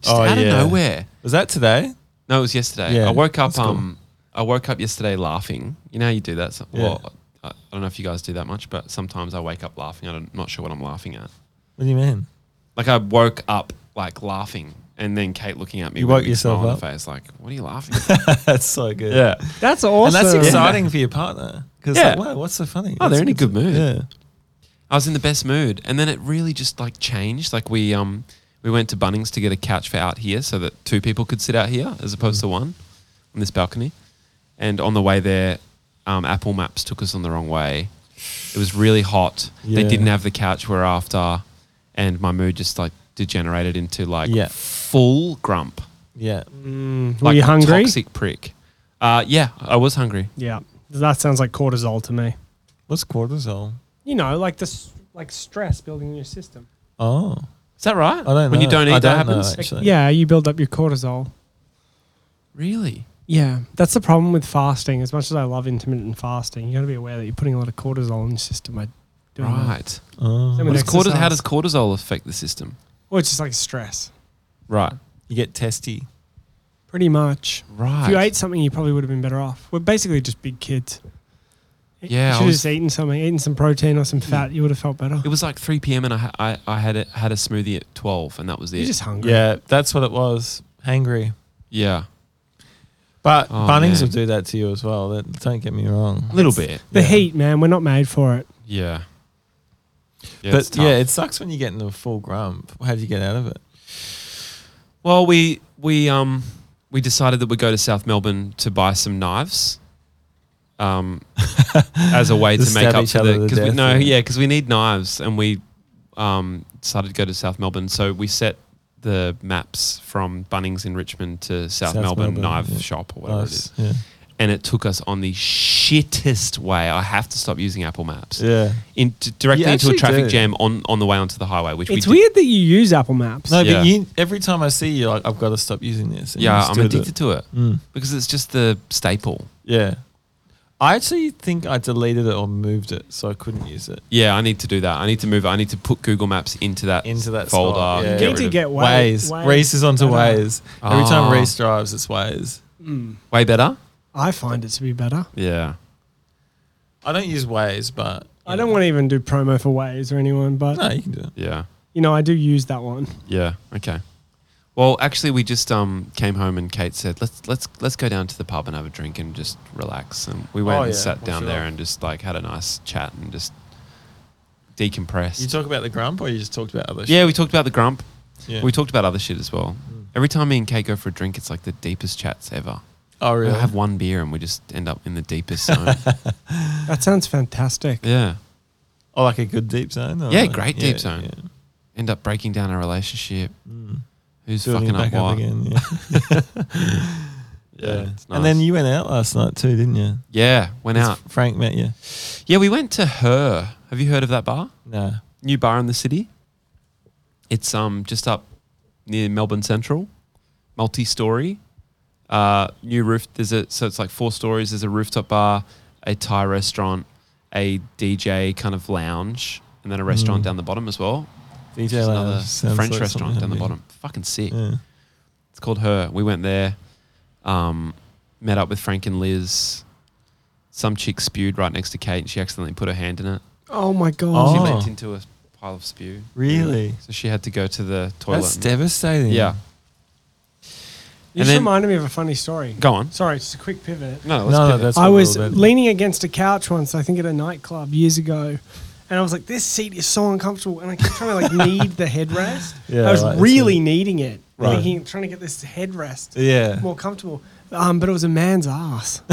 A: Just
C: Oh,
A: out
C: yeah.
A: of nowhere.
C: Was that today?
A: No, it was yesterday.
C: Yeah,
A: I woke up
C: that's cool.
A: um I woke up yesterday laughing. You know how you do that? So, Well, I, I don't know if you guys do that much, but sometimes I wake up laughing. I'm not sure what I'm laughing at.
C: What do you mean?
A: Like I woke up like laughing, and then Kate looking at me
C: You
A: with a
C: woke
A: big smile
C: yourself
A: on her
C: up?
A: face, like, "What are you laughing?" at?
C: that's so good.
D: That's awesome.
C: And that's exciting for your partner. Because
A: Yeah.
C: like, wow, what's so funny?
A: Oh,
C: That's
A: they're in a good mood.
C: Yeah.
A: I was in the best mood, and then it really just like changed. Like we um we went to Bunnings to get a couch for out here, so that two people could sit out here as opposed to one on this balcony. And on the way there, um, Apple Maps took us on the wrong way. It was really hot. They
C: Yeah.
A: didn't have the couch we're after, and my mood just like degenerated into like
C: Yeah.
A: full grump,
C: Yeah.
D: Mm, were
A: like
D: you hungry?
A: toxic prick. Uh, yeah, I was hungry.
D: Yeah. That sounds like cortisol to me.
C: What's cortisol?
D: You know, like this, like stress building in your system.
C: Oh,
A: Is that right?
C: I don't
A: When you
C: know.
A: don't eat,
C: I
A: that
C: don't know,
A: happens.
C: actually.
D: Yeah, you build up your cortisol.
A: Really?
D: Yeah, that's the problem with fasting. As much as I love intermittent fasting, you got to be aware that you're putting a lot of cortisol in your system by doing that.
A: Right.
C: oh.
D: I mean,
A: What does cortis- how
D: exercise.
A: does cortisol affect the system?
D: Or it's just like stress,
A: Right.
C: you get testy.
D: pretty much.
A: Right.
D: If you ate something, you probably would have been better off. We're basically just big kids. You
A: Yeah, I
D: should have
A: was- Mm.
D: just eaten something, eaten some protein or some fat. You would have felt better.
A: it was like 3 p.m. and I, ha- I, I had a, had a smoothie at 12 and that was
D: You're
A: it.
D: just hungry.
C: Yeah, that's what it was. Hangry.
A: yeah.
C: But
A: Oh, man.
C: Bunnings will do that to you as well. That, don't get me
A: A
C: wrong.
A: little bit.
D: The
C: Yeah.
D: heat, man. We're not made for it.
A: Yeah. Yeah,
C: but
A: it's tough.
C: yeah, it sucks when you get in the full grump. How do you get out of it?
A: well, we we um we decided that we'd go to South Melbourne to buy some knives, um, as a way
C: To
A: to, make
C: stab
A: up
C: each
A: for
C: other
A: the
C: to
A: because we
C: death,
A: no
C: yeah.
A: yeah because we need knives and we um decided to go to South Melbourne so we set the maps from Bunnings in Richmond to South,
C: South
A: Melbourne,
C: Melbourne,
A: knife
C: yeah.
A: shop or whatever it is.
C: Yeah.
A: and it took us on the shittest way. I have to stop using Apple Maps.
C: yeah.
A: In, d- directly
C: You
A: into a
C: actually
A: traffic
C: do.
A: jam on, on the way onto the highway, which we
D: It's
A: did-
D: weird that you use Apple Maps.
C: No,
A: Yeah.
C: but you, every time I see you, like, I've got to stop using this. and you
A: Yeah,
C: just
A: I'm
C: do it.
A: addicted to it
C: Mm.
A: because it's just the staple.
C: Yeah. I actually think I deleted it or moved it, so I couldn't use it.
A: Yeah, I need to do that. I need to move. it. I need to put Google Maps into that
C: Into that
A: folder.
C: spot,
A: and
C: yeah.
D: you
C: get
D: need to
A: rid of-
D: get ways.
C: Ways. Reese is onto Ways. Every
A: Ah.
C: time Reese drives, it's Ways.
A: way better.
D: I find it to be better.
A: Yeah,
C: I don't use Ways, but
D: I don't want to even do promo for Waze or anyone, but
C: No, you can do it.
A: yeah,
D: you know, I do use that one.
A: yeah. Okay. Well, actually, we just um, came home and Kate said, "Let's let's let's go down to the pub and have a drink and just relax." And we went
C: Oh,
A: and
C: yeah,
A: sat
C: for
A: down
C: sure.
A: there and just like had a nice chat and just decompressed.
C: You talk about the grump, or you just talked about other
A: Yeah, we talked about the grump.
C: shit. Yeah. Hmm.
A: We talked about other shit as well. Every time me and Kate go for a drink, it's like the deepest chats ever.
C: oh, really?
A: We'll have one beer and we just end up in the deepest zone.
D: That sounds fantastic.
A: yeah.
C: oh, like a good deep zone. or-
A: Yeah, great deep
C: yeah,
A: zone.
C: yeah.
A: End up breaking down a relationship.
C: Mm.
A: Who's
C: Building
A: fucking
C: it
A: up
C: back up
A: what?
C: again. Yeah.
A: Yeah, it's nice.
C: And then you went out last night too, didn't you?
A: yeah, went out.
C: Frank met you.
A: Yeah, we went to her. Have you heard of that bar?
C: No.
A: New bar in the city. It's um just up near Melbourne Central, multi-story, uh, new roof. There's a so it's like four stories. There's a rooftop bar, a Thai restaurant, a DJ kind of lounge, and then a restaurant
C: Mm.
A: down the bottom as well. Just
C: DJ
A: another
C: Lounge. Sounds
A: French
C: like
A: restaurant
C: something
A: down the
C: I'd be-
A: bottom. Fucking sick.
C: Yeah.
A: It's called Her. We went there, um, met up with Frank and Liz. Some chick spewed right next to Kate, and she accidentally put her hand in it.
D: Oh my
A: She
D: god.
C: Oh.
A: went into a pile of spew.
C: Really?
A: So she had to go to the toilet.
C: That's
A: and-
C: devastating.
A: yeah. and
D: you just
A: then-
D: reminded me of a funny story.
A: Go on.
D: Sorry, just a quick pivot.
A: No, let's
C: No, no,
A: pivot.
C: that's
D: I
C: what we're
D: was
C: all about.
D: leaning against a couch once, I think at a nightclub years ago, and I was like, "This seat is so uncomfortable," and I kept trying to like need the headrest.
C: Yeah,
D: I was
C: right,
D: really
C: so-
D: needing it,
C: Right.
D: thinking, trying to get this headrest
C: Yeah.
D: more comfortable. Um, but it was a man's ass.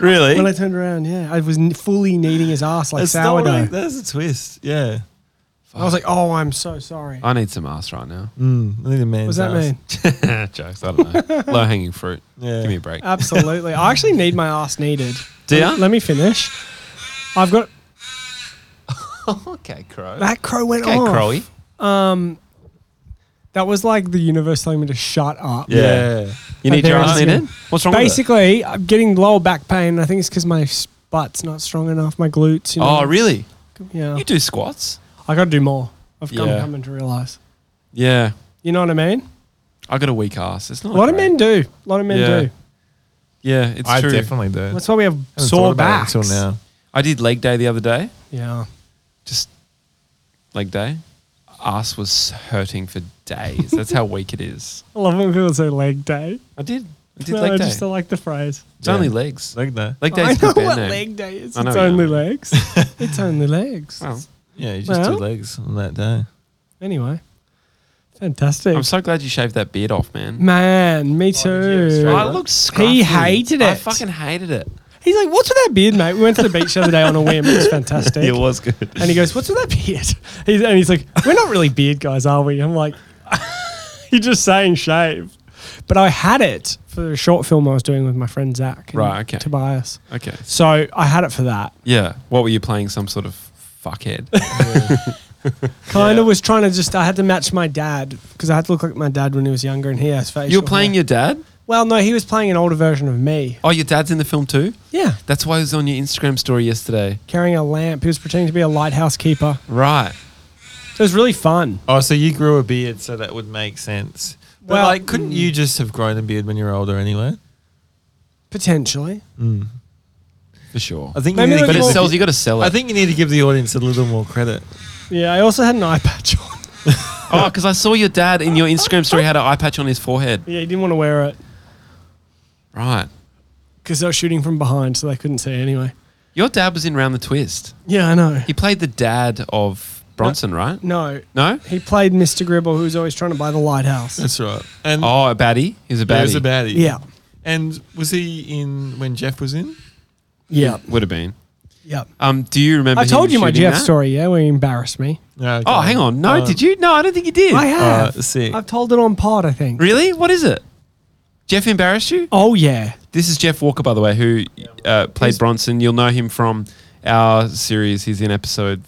C: Really?
D: when I turned around, yeah, I was n- fully needing his ass like
C: That's not what I-
D: sourdough.
C: That's a twist. Yeah.
D: I was like, "Oh, I'm so sorry."
A: I need some ass right now.
C: Mm, I need a man's
D: What does that
C: ass.
D: mean?
A: Jokes. I don't know. Low hanging fruit.
C: Yeah.
A: Give me a break.
D: Absolutely. I actually need my ass needed.
A: Do ya?
D: Let, let me finish. I've got
A: Oh, okay, Crow.
D: that crow went
A: Okay,
D: off.
A: Crowy.
D: That was like the universe telling me to shut up.
C: Yeah.
A: You
D: Uh,
A: need your
D: there
A: ass
D: is me.
A: needed? What's wrong with it?
D: Basically, I'm getting lower back pain. I think it's because my s- butt's not strong enough. My glutes. You know,
A: Oh, really?
D: Yeah.
A: You do squats?
D: I got to do more. I've come
C: Yeah.
D: coming to realize.
A: Yeah.
D: You know what I mean?
A: I got a weak ass. It's not
D: a lot of
A: great.
D: men do. A lot of men
A: Yeah.
D: do.
A: Yeah, it's
C: I
A: true.
C: definitely do.
D: That's why we have
C: Haven't thought
D: sore
C: about
D: backs.
C: it until now.
A: I did leg day the other day.
D: Yeah.
A: Just leg day. Ass was hurting for days. That's how weak it is.
D: I love when people say leg day.
A: I did. I did
D: No,
A: leg
D: I
A: day.
D: just I like the phrase.
A: it's only
C: Yeah.
A: legs.
C: Like that.
A: Leg
D: I
A: day's a
D: know
A: good
D: what
A: band name.
D: leg day is.
A: I know,
D: It's
A: yeah.
D: only legs. it's only legs.
A: Well,
C: Yeah, you just
D: Well.
C: do legs on that day.
D: Anyway, fantastic.
A: I'm so glad you shaved that beard off, man.
D: Man, me
C: straight
D: too.
A: I
C: up?
A: looked scruffy.
D: He hated
A: I
D: it.
A: fucking hated it.
D: He's like, "What's with that beard, mate?" We went to the beach the other day on a whim. It was fantastic.
A: was good.
D: And he goes, "What's with that beard?" He's, and he's like, "We're not really beard guys, are we?" I'm like, "You're just saying shave." But I had it for a short film I was doing with my friend Zach, and
A: Right, okay.
D: Tobias.
A: Okay.
D: So I had it for that.
A: Yeah. What were you playing? Some sort of fuckhead.
D: Kind of was trying to just. I had to match my dad because I had to look like my dad when he was younger, and he has facial.
A: you were playing
D: hair.
A: your dad.
D: Well, no, he was playing an older version of me.
A: Oh, your dad's in the film too.
D: Yeah,
A: That's why he was on your Instagram story yesterday.
D: carrying a lamp. He was pretending to be a lighthouse keeper.
A: Right.
D: It was really fun.
C: Oh, so you grew a beard, so that would make sense. But
D: Well,
C: like, couldn't you just have grown a beard when you were older anyway?
D: Potentially.
A: For sure.
C: I think.
D: Maybe
C: you need to
D: like
A: But
C: give
A: it
D: more-
C: the-
A: sells. You got to sell it.
C: I think you need to give the audience a little more credit.
D: Yeah, I also had an eye patch on.
A: Oh, because I saw your dad in your Instagram story had an eye patch on his forehead.
D: Yeah, he didn't want to wear it
A: Right.
D: because they were shooting from behind, so they couldn't see anyway.
A: Your dad was in Round the Twist.
D: Yeah, I know.
A: He played the dad of Bronson, right?
D: No,
A: No.
D: he played Mr. Gribble, who was always trying to buy the lighthouse.
C: That's right. And
A: Oh, a baddie. He's a baddie.
C: yeah, it was a baddie.
D: Yeah,
C: And was he in when Jeff was in?
D: yeah,
A: Would have been.
D: yeah.
A: Um, do you remember?
D: I told
A: him
D: you my
A: shooting
D: Jeff
A: that?
D: story. Yeah, where he embarrassed me.
C: No, Um,
A: Oh, hang on. No, did you? No, I don't think you did.
D: I have.
C: Uh, sick.
D: I've told it on pod. I think.
A: Really? What is it? Jeff embarrassed you?
D: Oh yeah,
A: This is Jeff Walker, by the way, who uh, played Bronson. You'll know him from our series. He's in episode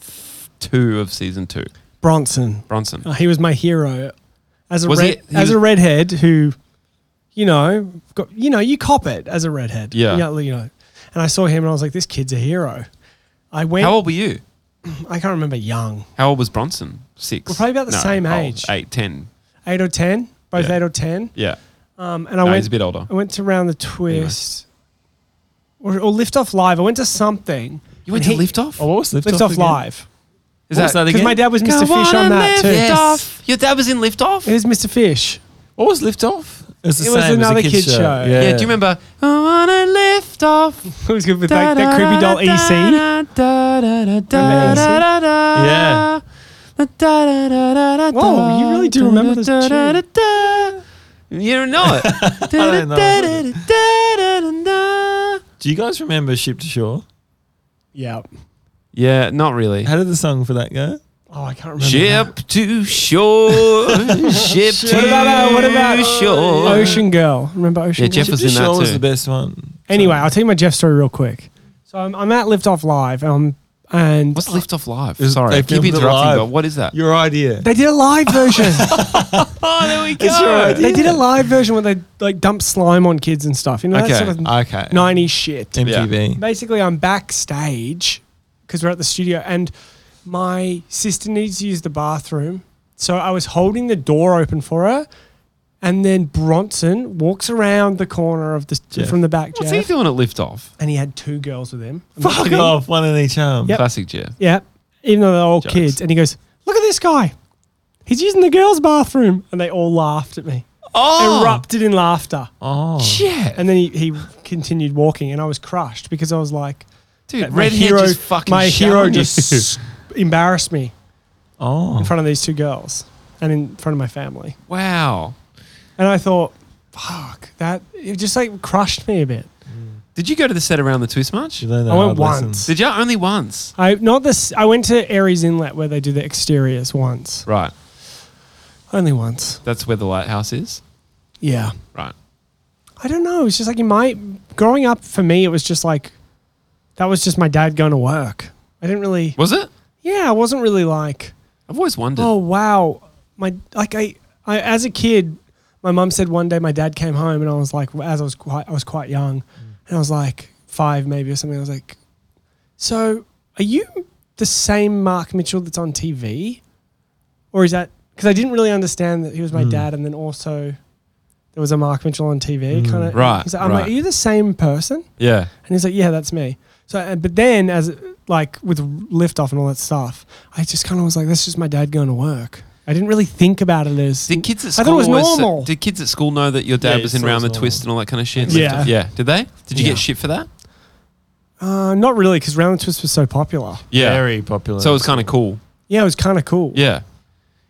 A: two of season two.
D: Bronson.
A: Bronson.
D: Uh, he was my hero as a
A: Was
D: red,
A: he- he
D: as
A: was-
D: a redhead who, you know, got you know you cop it as a redhead.
A: Yeah.
D: you know. you know. And I saw him and I was like, this kid's a hero. I went.
A: How old were you?
D: I can't remember. Young,
A: How old was Bronson? 6
D: We're probably about the same
A: old.
D: age.
A: Eight, ten.
D: eight or ten, both
A: Yeah.
D: eight or ten.
A: Yeah.
D: Um, and I
A: no,
D: went.
A: he's a bit older.
D: I went to round the twist, or, or lift off live. I went to something.
A: You went
D: and
A: to
D: he-
A: lift off?
C: Oh, what was lift,
D: Lift off
C: again?
D: live.
A: Is
C: what was that
D: Because
C: again?
D: my dad was Mr. Fish on that too.
A: Lift off. Your dad was in lift off?
D: It was Mr. Fish.
C: What was lift off? It was, the
D: It was
C: same as a
D: another
C: kids
D: kids show.
A: yeah. do you remember? I wanna lift off.
D: It was good with that, that creepy doll E EC.
A: E Yeah.
C: Yeah.
D: Whoa, you really do remember this
A: You don't know it.
C: don't
A: know.
C: Do you guys remember Ship to Shore?
D: Yeah.
A: Yeah, not really.
C: How did the song for that go?
D: Oh, I can't remember.
A: Ship
D: that.
A: to shore, ship to
D: What about uh, what about
A: shore.
D: Ocean Girl? Remember Ocean
A: Yeah,
D: Girl?
A: Jeff was in that
C: Shaw was
A: too.
C: the best one.
D: Anyway, I'll tell you my Jeff story real quick. So I'm, I'm at Lift Off Live, um, and
A: What's Lift Off Live?
C: Is-
A: Sorry,
C: they
A: I keep
C: filmed it
A: interrupting,
C: live.
A: but what is that?
C: Your idea.
D: they did a live version.
A: Oh, there we go.
C: It's your idea.
D: they did a live version where they like dump slime on kids and stuff. You know,
A: Okay.
D: that sort of
C: Okay.
D: 90s shit.
C: MTV.
D: Basically, I'm backstage because we're at the studio, and my sister needs to use the bathroom. So I was holding the door open for her, and then Bronson walks around the corner of the
C: Jeff.
D: from the back,
A: What's he
D: Jeff,
A: doing at Lift Off?
D: and he had two girls with him. I'm
C: Fuck off, one in each arm.
D: Yep.
A: Classic Jeff.
D: Yeah. Even though they're all
A: Jokes.
D: kids. And he goes, Look at this guy. He's using the girls' bathroom. And they all laughed at me.
A: Oh,
D: Erupted in laughter.
C: Oh.
A: yeah,
D: And then he, he continued walking and I was crushed because I was like
A: dude.
D: my
A: Red
D: hero
A: just fucking
D: my
A: shit
D: hero
A: on you.
D: just s- embarrassed me
C: Oh.
D: in front of these two girls and in front of my family.
A: wow.
D: And I thought, fuck, that it just like crushed me a bit.
A: Did you go to the set around the twist much?
C: You learned a
D: I went
C: hard
D: once.
C: lesson.
A: Did you only once?
D: I not this I went to Aries Inlet where they do the exteriors once.
A: Right.
D: Only once.
A: That's where the lighthouse is.
D: Yeah.
A: Right.
D: I don't know. It's just like in my growing up for me, it was just like that was just my dad going to work. I didn't really.
A: Was it?
D: Yeah, I wasn't really like.
A: I've always wondered.
D: Oh wow, my like I, I as a kid, my mum said one day my dad came home and I was like, as I was quite I was quite young, and I was like five maybe or something. I was like, so are you the same Mark Mitchell that's on TV, or is that because I didn't really understand that he was my dad, and then also. There was a Mark Mitchell on TV, kind of.
A: Hmm. Right,
D: He's like, I'm like,
A: right.
D: are you the same person?
A: Yeah.
D: And he's like, "Yeah, that's me." So, uh, but then as like with liftoff and all that stuff, I just kind of was like, "That's just my dad going to work." I didn't really think about it as
A: Did kids at
D: I
A: school
D: thought it was
A: always say-
D: normal.
A: did kids at school know that your dad
C: Yeah,
A: was
C: it's
A: in round the
C: always
A: twist and all that kind of shit?
D: Yeah.
A: Yeah. Did they? Did you
D: Yeah.
A: get shit for that?
D: uh, not really because Round the Twist was so popular.
C: Very popular.
A: So it was kind of cool.
D: Yeah, it was kind of cool.
A: Yeah.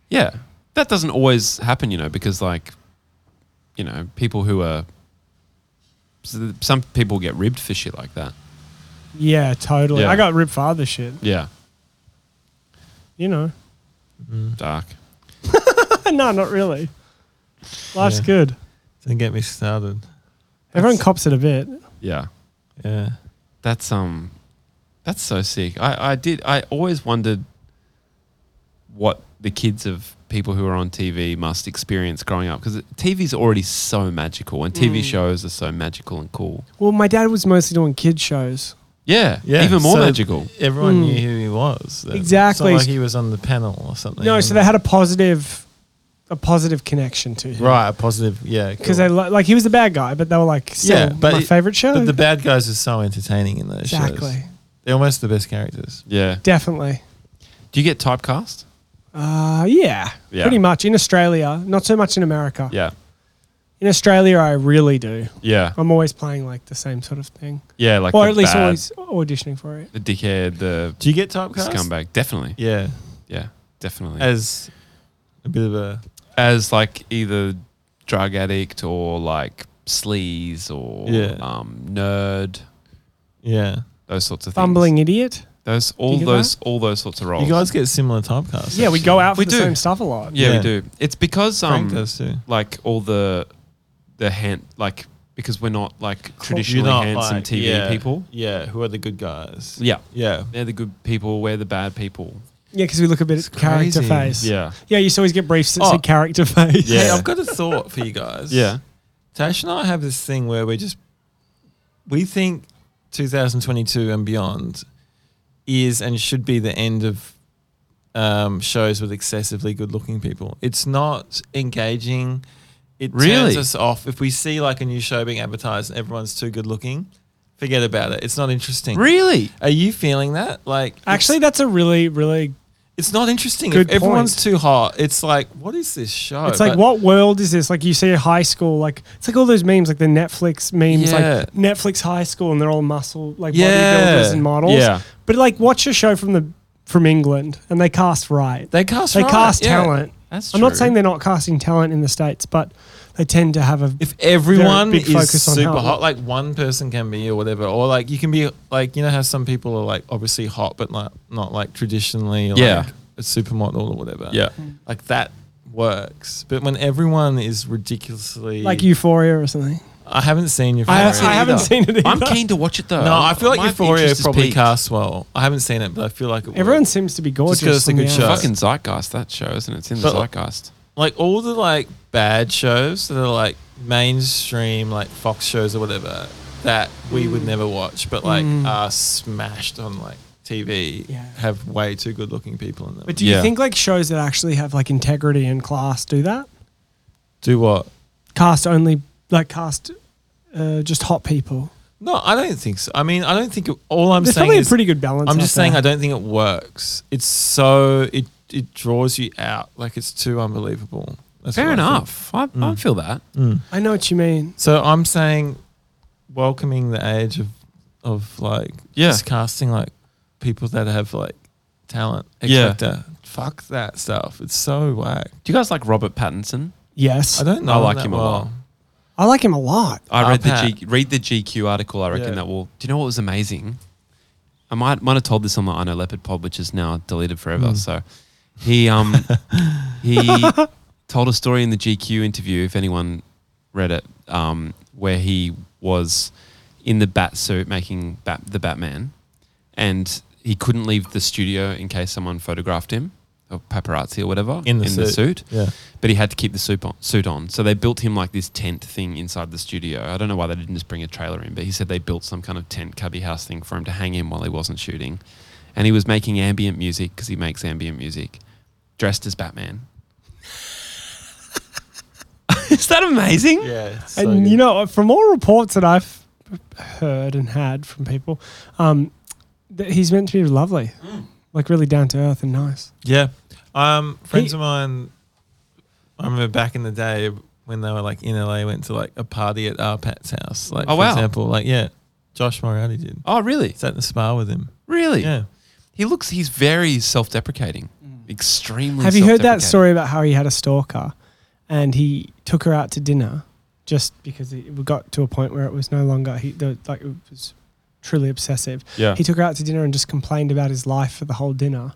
A: Yeah. That doesn't always happen, you know, because like, you know, people who are s- some people get ribbed for shit like that.
D: Yeah, totally.
A: Yeah.
D: I got ripped for other shit,
A: Yeah.
D: you know.
A: Dark.
D: no, not really. Life's
C: Yeah.
D: good.
C: Don't get me started.
D: Everyone cops it a bit.
A: Yeah.
C: Yeah.
A: That's um that's so sick. I, I did I always wondered what the kids of people who are on TV must experience growing up because TV's already so magical and TV shows are so magical and cool.
D: Well, my dad was mostly doing kid shows.
A: Yeah,
C: Yeah.
A: even more
C: so
A: magical.
C: Everyone
D: Mm.
C: knew who he was. It's not
D: Exactly.
C: like he was on the panel or something.
D: No, so they had a positive, a positive connection to him.
C: Right, a positive. Yeah. cool.
D: Because they li- like he was the bad guy, but they were like, still
C: Yeah, but
D: my
C: it-
D: favorite show.
C: But the bad guys are so entertaining in those shows.
D: exactly,
C: They're almost the best characters.
A: Yeah.
D: definitely.
A: Do you get typecast?
D: Uh, yeah,
A: Yeah.
D: pretty much in Australia. Not so much in America.
A: Yeah.
D: In Australia, I really do.
A: Yeah.
D: I'm always playing like the same sort of thing,
A: Yeah, like
D: or
A: the
D: at least
A: bad,
D: always auditioning for it.
A: the dickhead, the
C: Do you get typecast?
A: scumbag. Definitely.
C: Yeah.
A: Yeah, definitely. As,
C: As a bit of a.
A: like either drug addict or like sleaze or
C: Yeah.
A: um, nerd,
C: Yeah.
A: those sorts of things.
D: Bumbling idiot.
A: Those all
D: get
A: those all those sorts of roles.
C: You guys get similar typecasts.
D: Yeah, we go out for
A: We
D: the
A: do.
D: same stuff a lot.
A: yeah, we
C: Yeah.
A: do. It's because
C: Frank
A: um
C: does too.
A: like all the the hand like because we're not like traditionally
C: You're not
A: handsome
C: like-
A: TV
C: yeah,
A: people.
C: Yeah, who are the good guys?
A: Yeah.
C: Yeah.
A: They're the good people, we're the bad people.
D: Yeah, because we look a bit
C: It's
D: at character
C: crazy.
D: face.
A: Yeah.
D: yeah. You used to always get briefs that
C: Oh.
D: said character face.
A: Yeah.
C: Hey, I've got a thought for you guys.
A: Yeah.
C: Tash and I have this thing where we just we think 2022 and beyond is and should be the end of um, shows with excessively good-looking people. It's not engaging. It
A: Really?
C: turns us off if we see like a new show being advertised and everyone's too good-looking. Forget about it. It's not interesting.
A: Really?
C: Are you feeling that? Like it's-
D: Actually, that's a really, really.
C: It's not interesting.
D: Good
C: if everyone's
D: point.
C: too hot, it's like, what is this show?
D: It's like,
C: Oh, But-
D: what world is this? Like, you see a high school, like, it's like all those memes, like the Netflix memes,
C: Yeah.
D: like Netflix high school, and they're all muscle, like
C: Yeah.
D: bodybuilders and models.
A: Yeah.
D: But, like, watch a show from the from England and they cast right.
C: They cast.
D: They
C: right,
D: cast
C: yeah.
D: talent.
A: That's
D: I'm not
A: true.
D: saying they're not casting talent in the States, but they tend to have a.
C: If everyone
D: big
C: is
D: focus on
C: super
D: how it
C: hot, like one person can be or whatever, or like you can be like you know how some people are like obviously hot but like not like traditionally like
A: Yeah.
C: a supermodel or whatever.
A: Yeah.
C: Like that works. But when everyone is ridiculously
D: like Euphoria or something.
C: I haven't seen your
D: I, have,
A: seen
D: I
A: it
D: haven't
A: either.
D: seen it either.
A: I'm keen to watch it though.
C: No, I feel like
A: My
C: Euphoria
A: interest is
C: probably
A: piqued.
C: casts well. I haven't seen it, but I feel like it would.
D: Everyone seems to be gorgeous.
C: 'cause it's a
D: from
C: good
D: the
C: show.
D: outside.
A: fucking zeitgeist that show, isn't it? It's in the
C: But-
A: zeitgeist.
C: like all the like bad shows that are like mainstream like Fox shows or whatever that we would never watch, but like
D: Mm.
C: are smashed on like TV
D: Yeah.
C: have way too good looking people in them.
D: But do you
A: Yeah.
D: think like shows that actually have like integrity and class do that?
C: do what?
D: Cast only like cast uh, just hot people.
C: No, I don't think so. I mean, I don't think it, all I'm
D: There's
C: saying
D: probably a
C: is
D: pretty good balance.
C: I'm
D: out
C: just saying
D: there.
C: I don't think it works. It's so it it draws you out like it's too unbelievable. That's
A: Fair
C: what I think.
A: enough. I, I
C: Mm.
A: feel that.
C: Mm.
D: I know what you mean.
C: So I'm saying welcoming the age of of like
A: Yeah.
C: just casting like people that have like talent. X
A: Yeah.
C: Factor. Fuck that stuff. It's so whack.
A: Do you guys like Robert Pattinson?
D: Yes,
C: I don't know.
A: I like
C: that
A: him a
C: well.
A: lot.
D: I like him a lot.
A: I
C: Ah,
A: read the
C: Pat.
A: G, read the GQ article. I reckon
C: Yeah.
A: that will. Do you know what was amazing? I might might have told this on the I Know Leopard pod, which is now deleted forever.
C: Mm.
A: So he um he told a story in the GQ interview. If anyone read it, um, where he was in the bat suit making bat, the Batman, and he couldn't leave the studio in case someone photographed him or paparazzi or whatever
C: In the
A: The
C: suit.
A: suit
C: Yeah.
A: but he had to keep the suit on, suit on. So they built him like this tent thing inside the studio. I don't know why they didn't just bring a trailer in, but he said they built some kind of tent cubby house thing for him to hang in while he wasn't shooting. And he was making ambient music because he makes ambient music, dressed as Batman. Is that amazing?
C: Yeah.
D: and you know, from all reports that I've heard and had from people, um, that he's meant to be lovely,
C: Mm.
D: like really down to earth and nice.
C: Yeah. Um, friends
D: He-
C: of mine, I remember back in the day when they were like in LA, went to like a party at our Pat's house. Like,
A: Oh,
C: for
A: wow.
C: example, like, yeah, Josh Moriarty did.
A: Oh, really?
C: Sat in the spa with him.
A: Really?
C: Yeah.
A: He looks, he's very self deprecating,
C: Mm.
A: extremely
D: Have you heard
A: self-deprecating.
D: that story about how he had a stalker and he took her out to dinner just because it got to a point where it was no longer he the, like it was truly obsessive.
A: Yeah.
D: He took her out to dinner and just complained about his life for the whole dinner,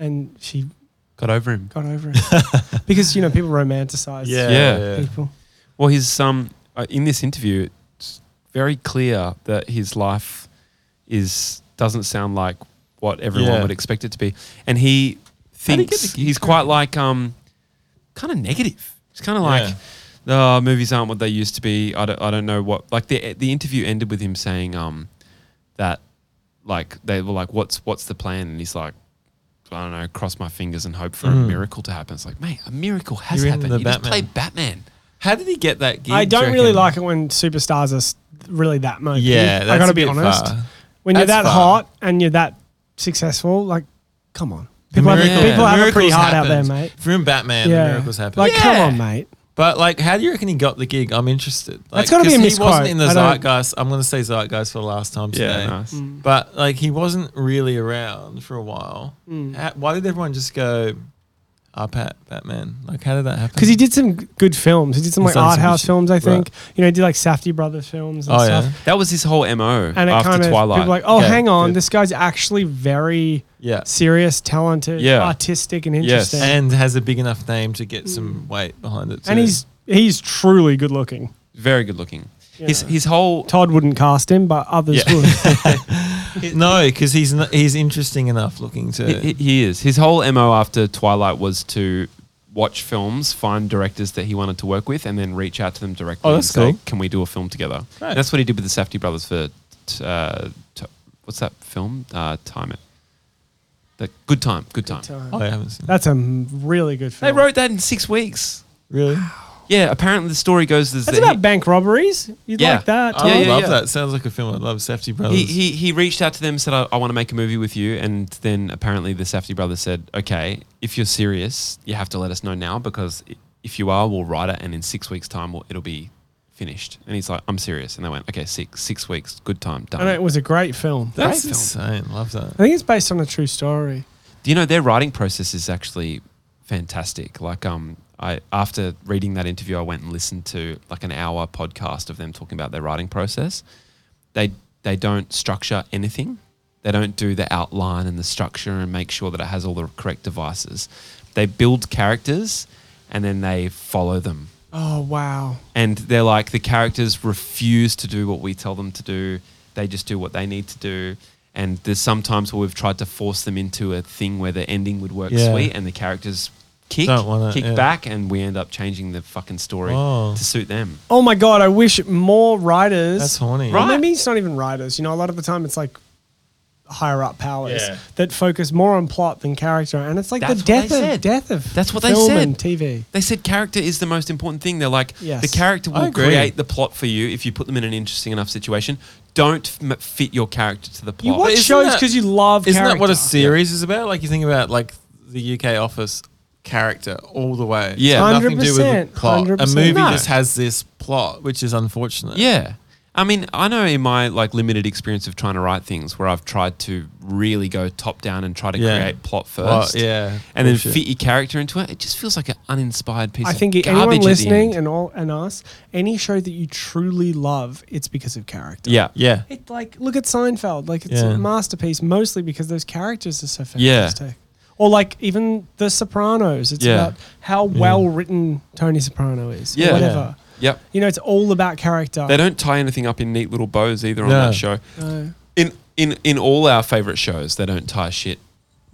D: and she
A: Got over him.
D: got over it because you know people romanticize
A: Yeah.
D: people.
A: Well, his um uh, in this interview, it's very clear that his life is doesn't sound like what everyone
C: Yeah.
A: would expect it to be, and he
C: How'd he get
A: thinks
C: the gig
A: he's quite like um kind of negative. It's kind of
C: Yeah.
A: like the movies aren't what they used to be. I don't, I don't know what like the the interview ended with him saying um that like they were like what's what's the plan and he's like. I don't know. Cross my fingers and hope for a
C: Mm.
A: miracle to happen. It's like, mate, a miracle has
C: You're in
A: happened.
C: the
A: You just
C: Batman.
A: played Batman.
C: How did he get that gig?
D: I
C: do
D: don't
C: you
D: really
C: reckon?
D: like it when superstars are s- really that mopey.
C: Yeah, that's
D: I got to
C: a
D: be
C: bit
D: honest.
C: far.
D: When you're that
C: That's far.
D: hot and you're that successful, like, come on, people have,
C: Miracle-
D: it, people have it
C: miracles
D: pretty hard out
C: happened.
D: there, mate.
C: If you're in Batman, the
D: yeah,
C: miracles happen.
D: like, come
A: Yeah.
D: on, mate.
C: but like, how do you reckon he got the gig? I'm interested. Like,
D: That's gotta be
C: 'cause
D: a
C: He wasn't
D: misquote.
C: in the
D: I don't-
C: zeitgeist. I'm going to say zeitgeist for the last time today.
A: nice.
C: But like, he wasn't really around for a while.
D: Hmm.
C: How- why did everyone just go, "Ah, Pat, Batman"? Like, how did that happen?
D: Because he did some g- good films. He did some
C: He's
D: like
C: done
D: art
C: some
D: house
C: shit.
D: films, I
C: Right.
D: think. You know, he did like Safety Brothers films and
C: Oh
D: stuff.
C: yeah,
A: That was his whole mo
D: And it
A: after
D: kind of
A: Twilight.
D: people were like, oh,
C: Okay,
D: hang on,
C: good.
D: this guy's actually very
C: yeah.
D: serious, talented,
A: Yeah.
D: artistic, and
A: Yes.
D: interesting.
C: And has a big enough name to get some weight behind it. Too.
D: Hmm. and he's he's truly good looking.
A: Very good looking.
D: you
A: His
D: know.
A: his whole
D: Todd wouldn't cast him, but others would.
C: no, because he's n- he's interesting enough looking to.
A: he, he- he is his whole mo after Twilight was to watch films, find directors that he wanted to work with, and then reach out to them directly
C: Oh,
A: and
C: that's
A: say,
C: cool.
A: "Can we do a film together?"
C: Right.
A: And that's what he did with the Safety brothers for t- uh, t- what's that film? Uh, time it. The good time, good time.
C: oh, I haven't seen.
D: That's a m- really good
A: They
D: film.
A: wrote that in six weeks.
C: Really?
A: Yeah, apparently the story goes is
D: That's
A: that
D: about
A: he-
D: bank robberies. You'd
A: Yeah.
D: like that?
A: Oh,
C: I
A: Yeah,
D: Tom?
A: yeah,
C: love
A: yeah.
C: that. Sounds like a film. I love Safety Brothers.
A: He, he, he reached out to them, said, I, I want to make a movie with you. And then apparently the Safety brothers said, okay, if you're serious, you have to let us know now because i- if you are, we'll write it. And in six weeks' time, we'll, it'll be finished. And he's like, I'm serious. And they went, okay, six, six weeks, good time,
D: And it
A: done.
D: was a great film.
C: That's
A: Great
C: insane. Love that.
D: I think it's based on a true story.
A: Do you know their writing process is actually fantastic? Like, um, I after reading that interview, I went and listened to like an hour podcast of them talking about their writing process. They they don't structure anything. They don't do the outline and the structure and make sure that it has all the correct devices. They build characters and then they follow them.
D: Oh wow.
A: And they're like, the characters refuse to do what we tell them to do. They just do what they need to do. And there's sometimes where we've tried to force them into a thing where the ending would work
C: Yeah.
A: sweet and the characters kick,
C: Don't wanna-
A: kick
C: yeah.
A: back, and we end up changing the fucking story
C: Oh.
A: to suit them.
D: Oh my god, I wish more writers.
C: That's horny.
D: Well,
A: Right.
D: maybe it's not even writers. You know, a lot of the time it's like higher up powers
C: Yeah.
D: that focus more on plot than character, and it's like
A: That's
D: the
A: what they
D: death
A: said.
D: of death of
A: That's what they
D: film
A: said.
D: and TV.
A: They said character is the most important thing. They're like,
D: Yes.
A: the character
C: I
A: will
C: agree.
A: create the plot for you if you put them in an interesting enough situation. Don't f- fit your character to the
D: You
A: plot.
D: watch
C: isn't
D: shows
C: that-
D: because you love.
C: Isn't that what a
D: character.
C: series is about? Like you think about like the UK Office character all the way. It's
A: Yeah.
C: got nothing to do with
D: 100%,
C: the plot. A
D: 100%.
C: movie
A: No.
C: just has this plot, which is unfortunate.
A: Yeah. I mean, I know in my like limited experience of trying to write things where I've tried to really go top down and try to
C: Yeah.
A: create plot
C: Well,
A: first.
C: yeah.
A: And then
C: Bullshit.
A: fit your character into it. It just feels like an uninspired piece
D: I
A: of
D: think
A: garbage
D: anyone
A: at the
D: listening
A: end.
D: and all and us, any show that you truly love, it's because of character.
A: Yeah.
C: Yeah.
D: It like look at Seinfeld, like it's
C: Yeah.
D: a masterpiece mostly because those characters are so
A: Yeah.
D: fantastic. Or like even The Sopranos, it's
A: Yeah.
D: about how well written Tony Soprano is.
A: Yeah.
D: Or whatever.
A: Yep.
D: You know, it's all about character.
A: They don't tie anything up in neat little bows either on
C: No.
A: that show.
D: No.
A: in in in all our favorite shows, they don't tie shit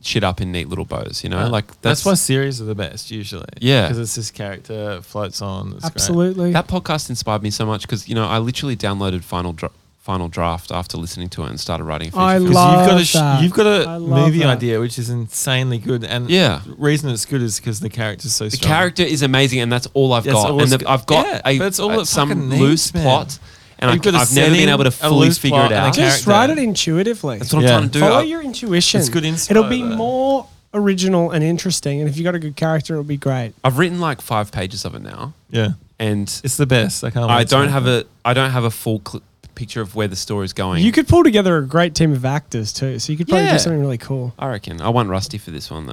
A: shit up in neat little bows. You know, like
C: that's,
A: that's,
C: why series are the best usually.
A: Yeah.
C: because it's this character it floats on. It's
D: absolutely.
A: that podcast inspired me so much because you know I literally downloaded Final Dra- Final Draft after listening to it and started writing. a feature
D: I
A: film.
C: Because you've got a
D: Love
C: sh-
D: that.
C: you've got
D: I
C: a
D: love
C: movie
D: that.
C: idea which is insanely good, and
A: Yeah.
C: the reason it's good is because the character's so
A: the
C: strong.
A: character is amazing, and that's all I've
C: That's
A: got.
C: all
A: and
C: it's
A: the,
C: got.
A: I've got
C: Yeah,
A: a,
C: but it's all
A: a-
C: it
A: some
C: fucking needs,
A: loose
C: man.
A: plot, and I,
C: You've got a
A: I've never been
C: setting,
A: able to
C: a
A: fully
C: loose
A: figure
C: plot
A: it
C: and a
A: out.
C: character.
D: Just write it intuitively.
A: That's what
C: Yeah.
A: I'm trying to do.
D: Follow
A: I-
D: your intuition.
C: It's good inspo,
D: It'll be
C: though.
D: more original and interesting. And if you got a good character, it'll be great.
A: I've written like five pages of it now,
C: yeah,
A: and
C: it's the best. I can't.
A: I
C: wait to
A: don't
C: make
A: have
C: it.
A: a I don't have a full cl- picture of where the story's going.
D: You could pull together a great team of actors too. So you could probably
A: Yeah.
D: do something really cool.
A: I reckon I want Rusty for this one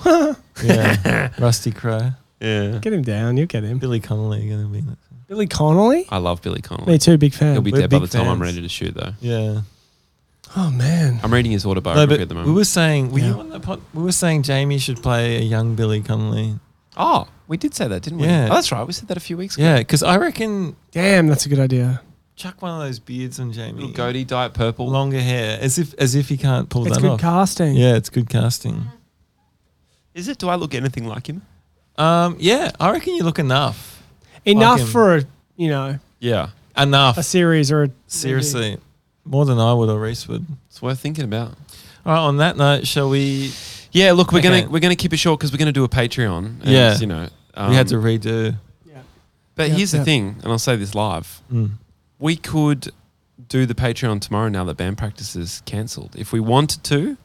A: though.
C: yeah. Rusty Crow,
A: Yeah.
D: Get him down. You'll get him.
C: Billy Connolly are gonna be. Like,
D: Billy Connolly?
A: I love Billy
D: Me
A: Connolly.
D: too, big fan.
A: He'll be
C: We're
A: dead by the
C: big
A: time I'm
C: fans.
A: ready to shoot, though.
C: yeah.
D: oh man.
A: I'm reading his
C: No,
A: autobiography
C: but
A: at the
C: we
A: moment.
C: were saying were you
D: Yeah.
C: on that pod? We were saying Jamie should play a young Billy Connolly.
A: oh, we did say that, didn't we?
C: Yeah.
A: Oh, that's right. We said that a few weeks ago.
C: Yeah, because I reckon
D: Damn, that's a good idea.
C: chuck one of those beards on Jamie.
A: Little goatee, diet purple.
C: longer hair, as if as if he can't pull
D: it's
C: that
D: good
C: off.
D: casting.
C: yeah, it's good casting.
A: Is it? Do I look anything like him?
C: Um, yeah, I reckon you look enough.
D: Enough
C: Fucking-
D: for a you know
A: Yeah.
D: a
C: Enough.
D: series or a
C: Seriously. More than I would or Reese would.
A: It's worth thinking about.
C: All right, on that note, shall we
A: Yeah. Look, we're
C: Okay.
A: gonna we're gonna keep it short because we're gonna do a Patreon. and,
C: Yeah.
A: You know. Um,
C: we had to redo.
D: Yeah.
A: But
D: Yep,
A: here's the
D: yep.
A: thing, and I'll say this live:
C: Mm.
A: we could do the Patreon tomorrow now that band practice is cancelled if we wanted to.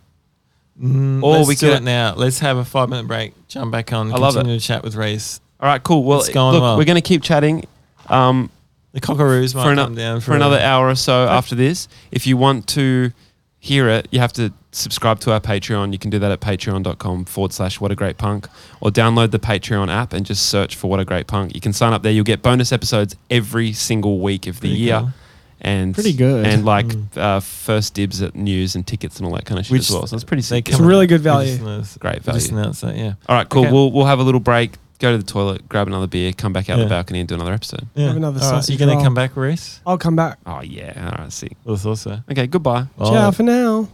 C: Mm,
A: Or
C: let's
A: we
C: do
A: could-
C: it now. Let's have a five minute break, jump back on,
A: I love
C: continue to chat with Reese.
A: All right. Cool. Well,
C: It's going
A: look,
C: well.
A: we're gonna keep chatting. Um,
C: The Cockaroos might
A: for, ano-
C: come down
A: for another hour or so after this. If you want to hear it, you have to subscribe to our Patreon. You can do that at patreon.com forward slash what a great punk or download the Patreon app and just search for what a great punk. You can sign up there. You'll get bonus episodes every single week of the
C: Pretty
A: year.
C: cool.
A: And
D: Pretty good.
A: And like
C: Mm.
A: uh, first dibs at news and tickets and all that kind of shit
C: Which
A: as well. So it's pretty
C: they
A: sick.
D: It's
C: come
D: really
C: out.
D: good
C: We
D: value.
C: just announced-
A: Great
C: we Just
A: value.
C: announced that, yeah.
A: All right, cool.
C: Okay.
A: We'll we'll have a little break, go to the toilet, grab another beer, come back out
C: Yeah.
A: the balcony and do another episode.
C: yeah.
D: Have another
C: All right,
D: sausage
C: You going to
D: roll.
C: come back, Reese?
D: I'll come back.
A: Oh yeah. All right, sick.
C: Well, it's also.
A: Okay, goodbye.
D: Ciao for now.